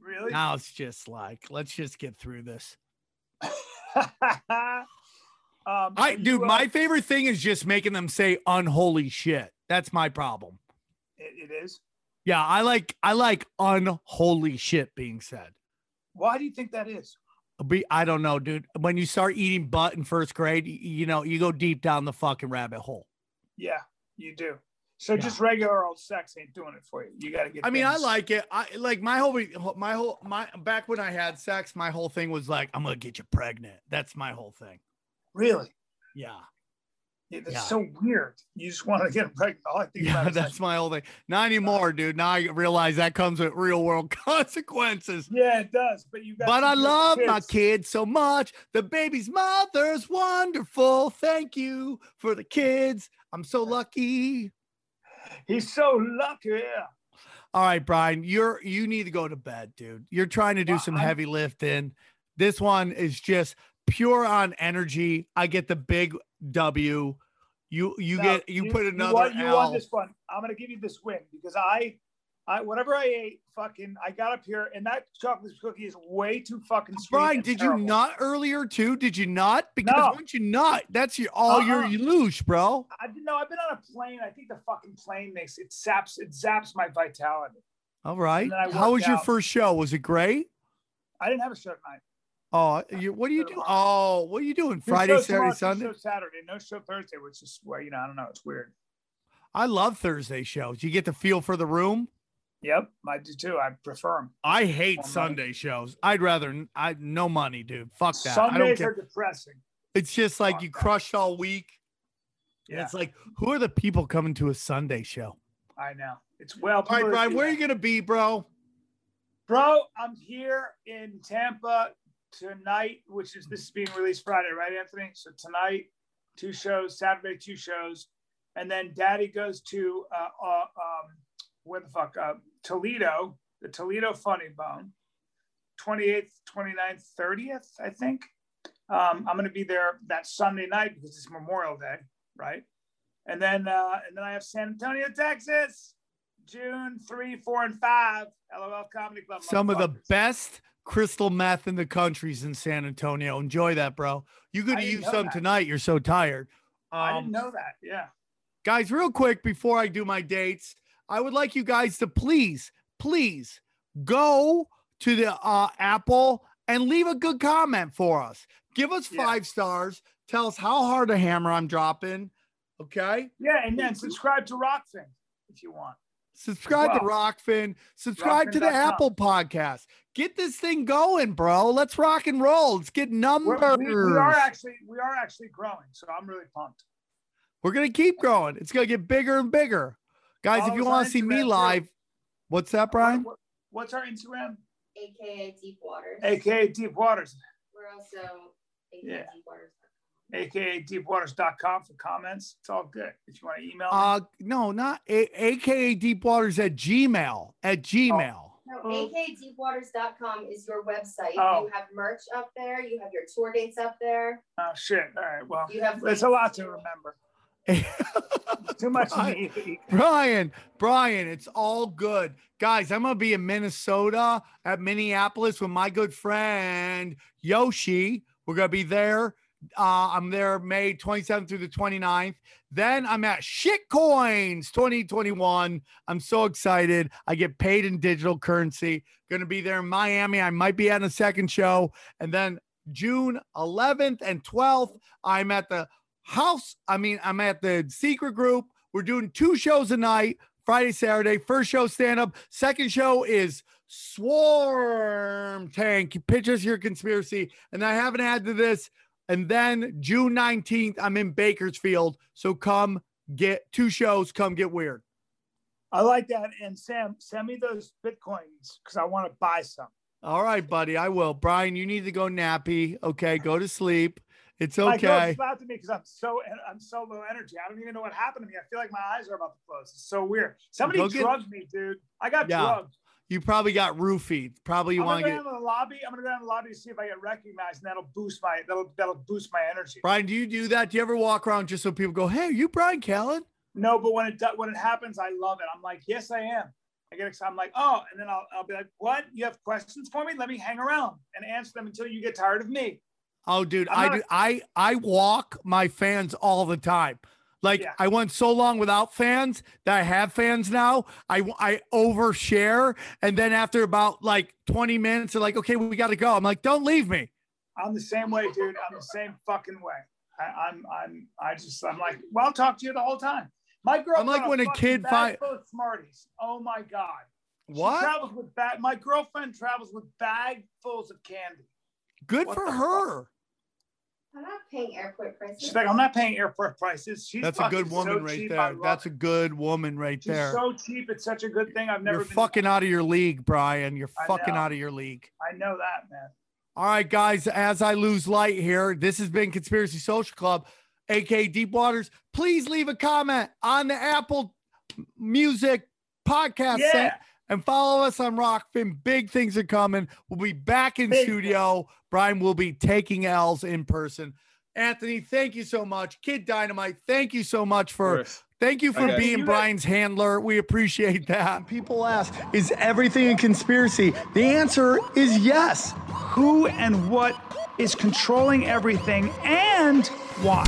Speaker 7: Really?
Speaker 4: Now it's just like, let's just get through this.
Speaker 7: um,
Speaker 4: I
Speaker 7: do.
Speaker 4: dude, my favorite thing is just making them say unholy shit. That's my problem.
Speaker 7: it, it is.
Speaker 4: Yeah, I like I like unholy shit being said.
Speaker 7: Why do you think that is?
Speaker 4: Be I don't know, dude. When you start eating butt in first grade, y- you know, you go deep down the fucking rabbit hole.
Speaker 7: Yeah, you do. So
Speaker 4: Yeah.
Speaker 7: just regular old sex ain't doing it for you. You got to get.
Speaker 4: I mean, I
Speaker 7: things-
Speaker 4: like it. I like my whole my whole my back when I had sex, my whole thing was like, I'm gonna get you pregnant. That's my whole thing.
Speaker 7: really.
Speaker 4: Yeah.
Speaker 7: It's
Speaker 4: Yeah.
Speaker 7: so weird. You just want to get pregnant. All I think
Speaker 4: Yeah,
Speaker 7: about is
Speaker 4: that's my whole thing. Not anymore, dude. Now I realize that comes with real world consequences.
Speaker 7: like, yeah, it does. But you got.
Speaker 4: But
Speaker 7: two
Speaker 4: I
Speaker 7: good
Speaker 4: love my
Speaker 7: kids.
Speaker 4: kid so much. The baby's mother's wonderful. Thank you for the kids. I'm so lucky.
Speaker 7: He's so lucky. Yeah.
Speaker 4: All right, Brian, you're you need to go to bed, dude. You're trying to do
Speaker 7: Well,
Speaker 4: some
Speaker 7: I'm-
Speaker 4: heavy lifting. This one is just pure on energy. I get the big W. You you
Speaker 7: No,
Speaker 4: get you, put
Speaker 7: won-
Speaker 4: another
Speaker 7: You
Speaker 4: L.
Speaker 7: won this one. I'm gonna give you this win because I, I whatever I ate, fucking, I got up here, and that chocolate cookie is way too fucking sweet.
Speaker 4: Brian,
Speaker 7: and
Speaker 4: did
Speaker 7: terrible.
Speaker 4: you nut earlier too? Did you not? Because
Speaker 7: No.
Speaker 4: once you nut, that's your all your
Speaker 7: Uh-uh.
Speaker 4: you lose, bro.
Speaker 7: I didn't know. I've been on a plane. I think the fucking plane makes it saps it zaps my vitality.
Speaker 4: All right.
Speaker 7: then I
Speaker 4: How
Speaker 7: worked
Speaker 4: was your
Speaker 7: out.
Speaker 4: first show? Was it great?
Speaker 7: I didn't have a show tonight.
Speaker 4: Oh, you, what do you
Speaker 7: Good
Speaker 4: do?
Speaker 7: one.
Speaker 4: Oh, what are you doing?
Speaker 7: Two
Speaker 4: Friday,
Speaker 7: shows
Speaker 4: Saturday,
Speaker 7: tomorrow, two
Speaker 4: Sunday.
Speaker 7: shows Saturday, no show Thursday, which is where you know I don't know. It's weird.
Speaker 4: I love Thursday shows. You get the feel for the room.
Speaker 7: Yep, I do too. I prefer them.
Speaker 4: I hate
Speaker 7: Or money.
Speaker 4: Sunday shows. I'd rather n- I no money, dude. Fuck that. I don't
Speaker 7: Sundays
Speaker 4: care.
Speaker 7: are depressing.
Speaker 4: It's just like you
Speaker 7: Fuck that.
Speaker 4: crushed all week. And
Speaker 7: Yeah.
Speaker 4: it's like, who are the people coming to a Sunday show?
Speaker 7: I know. It's
Speaker 4: All
Speaker 7: well.
Speaker 4: right,
Speaker 7: people
Speaker 4: Brian,
Speaker 7: do
Speaker 4: where are
Speaker 7: that.
Speaker 4: you gonna be, bro?
Speaker 7: Bro, I'm here in Tampa tonight, which is this is being released Friday, right, Anthony? So tonight, two shows, Saturday, two shows, and then Daddy goes to uh, uh um where the fuck uh, Toledo, the Toledo Funny Bone, 28th, 29th, 30th, I think. Um, I'm gonna be there that Sunday night because it's Memorial Day, right? And then uh, and then I have San Antonio, Texas. June 3, 4, and 5, LOL Comedy Club.
Speaker 4: Some of the
Speaker 7: motherfuckers.
Speaker 4: best crystal meth in the countries in San Antonio. Enjoy that, bro. You could
Speaker 7: I didn't
Speaker 4: use
Speaker 7: know
Speaker 4: some
Speaker 7: that.
Speaker 4: tonight. You're so tired.
Speaker 7: I
Speaker 8: Um,
Speaker 7: didn't know that. Yeah.
Speaker 4: guys real quick before i do my dates i would like you guys to please please go to the uh, apple and leave a good comment for us give us
Speaker 7: Yeah.
Speaker 4: five stars tell us how hard a hammer i'm dropping okay
Speaker 7: Yeah, and then subscribe to Rockfin if you want.
Speaker 4: subscribe to
Speaker 7: Wow.
Speaker 4: rockfin subscribe to the
Speaker 7: Rockfin.com.
Speaker 4: apple podcast get this thing going bro let's rock and roll let's get
Speaker 7: We're,
Speaker 4: numbers
Speaker 7: we, we are actually we are actually growing, so I'm really pumped.
Speaker 4: We're gonna keep growing it's gonna get bigger and bigger guys
Speaker 7: Follow
Speaker 4: if you
Speaker 7: us on
Speaker 4: want to see
Speaker 7: Instagram,
Speaker 4: me
Speaker 7: too.
Speaker 4: live what's that brian
Speaker 7: What- what's our Instagram?
Speaker 9: AKA Deep Waters.
Speaker 7: AKA Deep Waters.
Speaker 9: We're also AKA
Speaker 7: Yeah.
Speaker 9: Deep Waters.
Speaker 7: AKA deepwaters.com for comments. It's all good. If you want to email me.
Speaker 4: Uh, no, not a- aka Deepwaters at Gmail at Gmail.
Speaker 9: No,
Speaker 7: Oh.
Speaker 9: akdeepwaters.com is your website.
Speaker 7: Oh.
Speaker 9: You have merch up there. You have your tour dates up there.
Speaker 7: oh shit. All right. Well,
Speaker 9: You have
Speaker 7: there's a lot to remember. Too much
Speaker 4: Right.
Speaker 7: meat.
Speaker 4: Brian, Brian, it's all good, guys. I'm gonna be in Minnesota at Minneapolis with my good friend Yoshi. We're gonna be there. Uh, I'm there May 27th through the 29th. Then I'm at Shitcoins 2021. I'm so excited. I get paid in digital currency. Gonna be there in Miami. I might be at a second show. And then June 11th and 12th, I'm at the house. I mean, I'm at the secret group. We're doing two shows a night Friday, Saturday. First show, stand up. Second show is Swarm Tank. You pitch us your conspiracy. And I haven't had to this. And then June 19th, I'm in Bakersfield. So come get two shows. Come get weird.
Speaker 7: I like that. And Sam, send me those bitcoins because I want to buy some.
Speaker 4: All right, buddy. I will. Brian, you need to go nappy.
Speaker 7: Oh.
Speaker 4: Okay. Go to sleep. It's
Speaker 7: My girl's
Speaker 4: okay.
Speaker 7: about to me because I'm so I'm so low energy. I don't even know what happened to me. I feel like my eyes are about to close. It's so weird. Somebody
Speaker 4: Go get-
Speaker 7: drugged me, dude. I got
Speaker 4: Yeah.
Speaker 7: drugged.
Speaker 8: you probably got roofied. Probably you
Speaker 7: I'm gonna
Speaker 8: want
Speaker 7: go
Speaker 8: to get
Speaker 7: down to the lobby. I'm gonna go down to the lobby to see if I get recognized, and that'll boost my that'll that'll boost my energy.
Speaker 8: Brian. Do you do that? Do you ever walk around just so people go, "Hey, are you Brian Callen?"
Speaker 7: No, but when it do- when it happens, I love it. I'm like, yes, I am. I get excited. I'm like, oh, and then I'll, I'll be like, what? You have questions for me? Let me hang around and answer them until you get tired of me.
Speaker 8: Oh, dude,
Speaker 7: I'm
Speaker 8: I
Speaker 7: not-
Speaker 8: do. I I walk my fans all the time. Like
Speaker 7: Yeah.
Speaker 8: I went so long without fans that I have fans now. I I overshare, and then after about like twenty minutes, they're like, "Okay, we got to go." I'm like, "Don't leave me."
Speaker 7: I'm the same way, dude. I'm the same fucking way. I, I'm I'm I just I'm like, well, I'll talk to you the whole time. My girl.
Speaker 8: I'm like
Speaker 7: brought
Speaker 8: when a
Speaker 7: fucking
Speaker 8: kid
Speaker 7: bag
Speaker 8: fi-
Speaker 7: full of Smarties. Oh my god. She
Speaker 8: What?
Speaker 7: travels with bag. My girlfriend travels with bagfuls of candy.
Speaker 8: Good
Speaker 7: what
Speaker 8: for
Speaker 7: the fuck?
Speaker 8: her.
Speaker 9: I'm not paying airport prices.
Speaker 7: She's like, I'm not paying airport prices. She's
Speaker 8: That's a good
Speaker 7: fucking
Speaker 8: woman
Speaker 7: so
Speaker 8: right
Speaker 7: cheap. I
Speaker 8: there.
Speaker 7: love
Speaker 8: That's
Speaker 7: it.
Speaker 8: a good woman right
Speaker 7: She's
Speaker 8: there.
Speaker 7: so cheap. It's such a good thing. I've never
Speaker 8: You're
Speaker 7: been.
Speaker 8: fucking out of your league, Brian. You're
Speaker 7: I
Speaker 8: fucking
Speaker 7: know.
Speaker 8: out of your league.
Speaker 7: I know that, man.
Speaker 8: All right, guys, as I lose light here, this has been Conspiracy Social Club, aka Deep Waters. Please leave a comment on the Apple Music podcast
Speaker 7: Yeah.
Speaker 8: set and follow us on Rockfin. Big things are coming. We'll be back in
Speaker 7: Big
Speaker 8: studio. Brian will be taking L's in person. Anthony, thank you so much. Kid Dynamite, thank you so much for thank you for
Speaker 3: Okay.
Speaker 8: being
Speaker 7: You guys-
Speaker 8: Brian's handler. We appreciate that.
Speaker 4: People ask, is everything a conspiracy? The answer is yes.
Speaker 7: Who and what is controlling everything and why?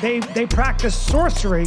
Speaker 7: They they practice sorcery.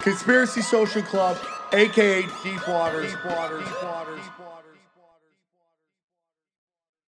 Speaker 8: Conspiracy Social Club, aka Deep Waters. Deep Waters. Deep Waters. Deep Waters.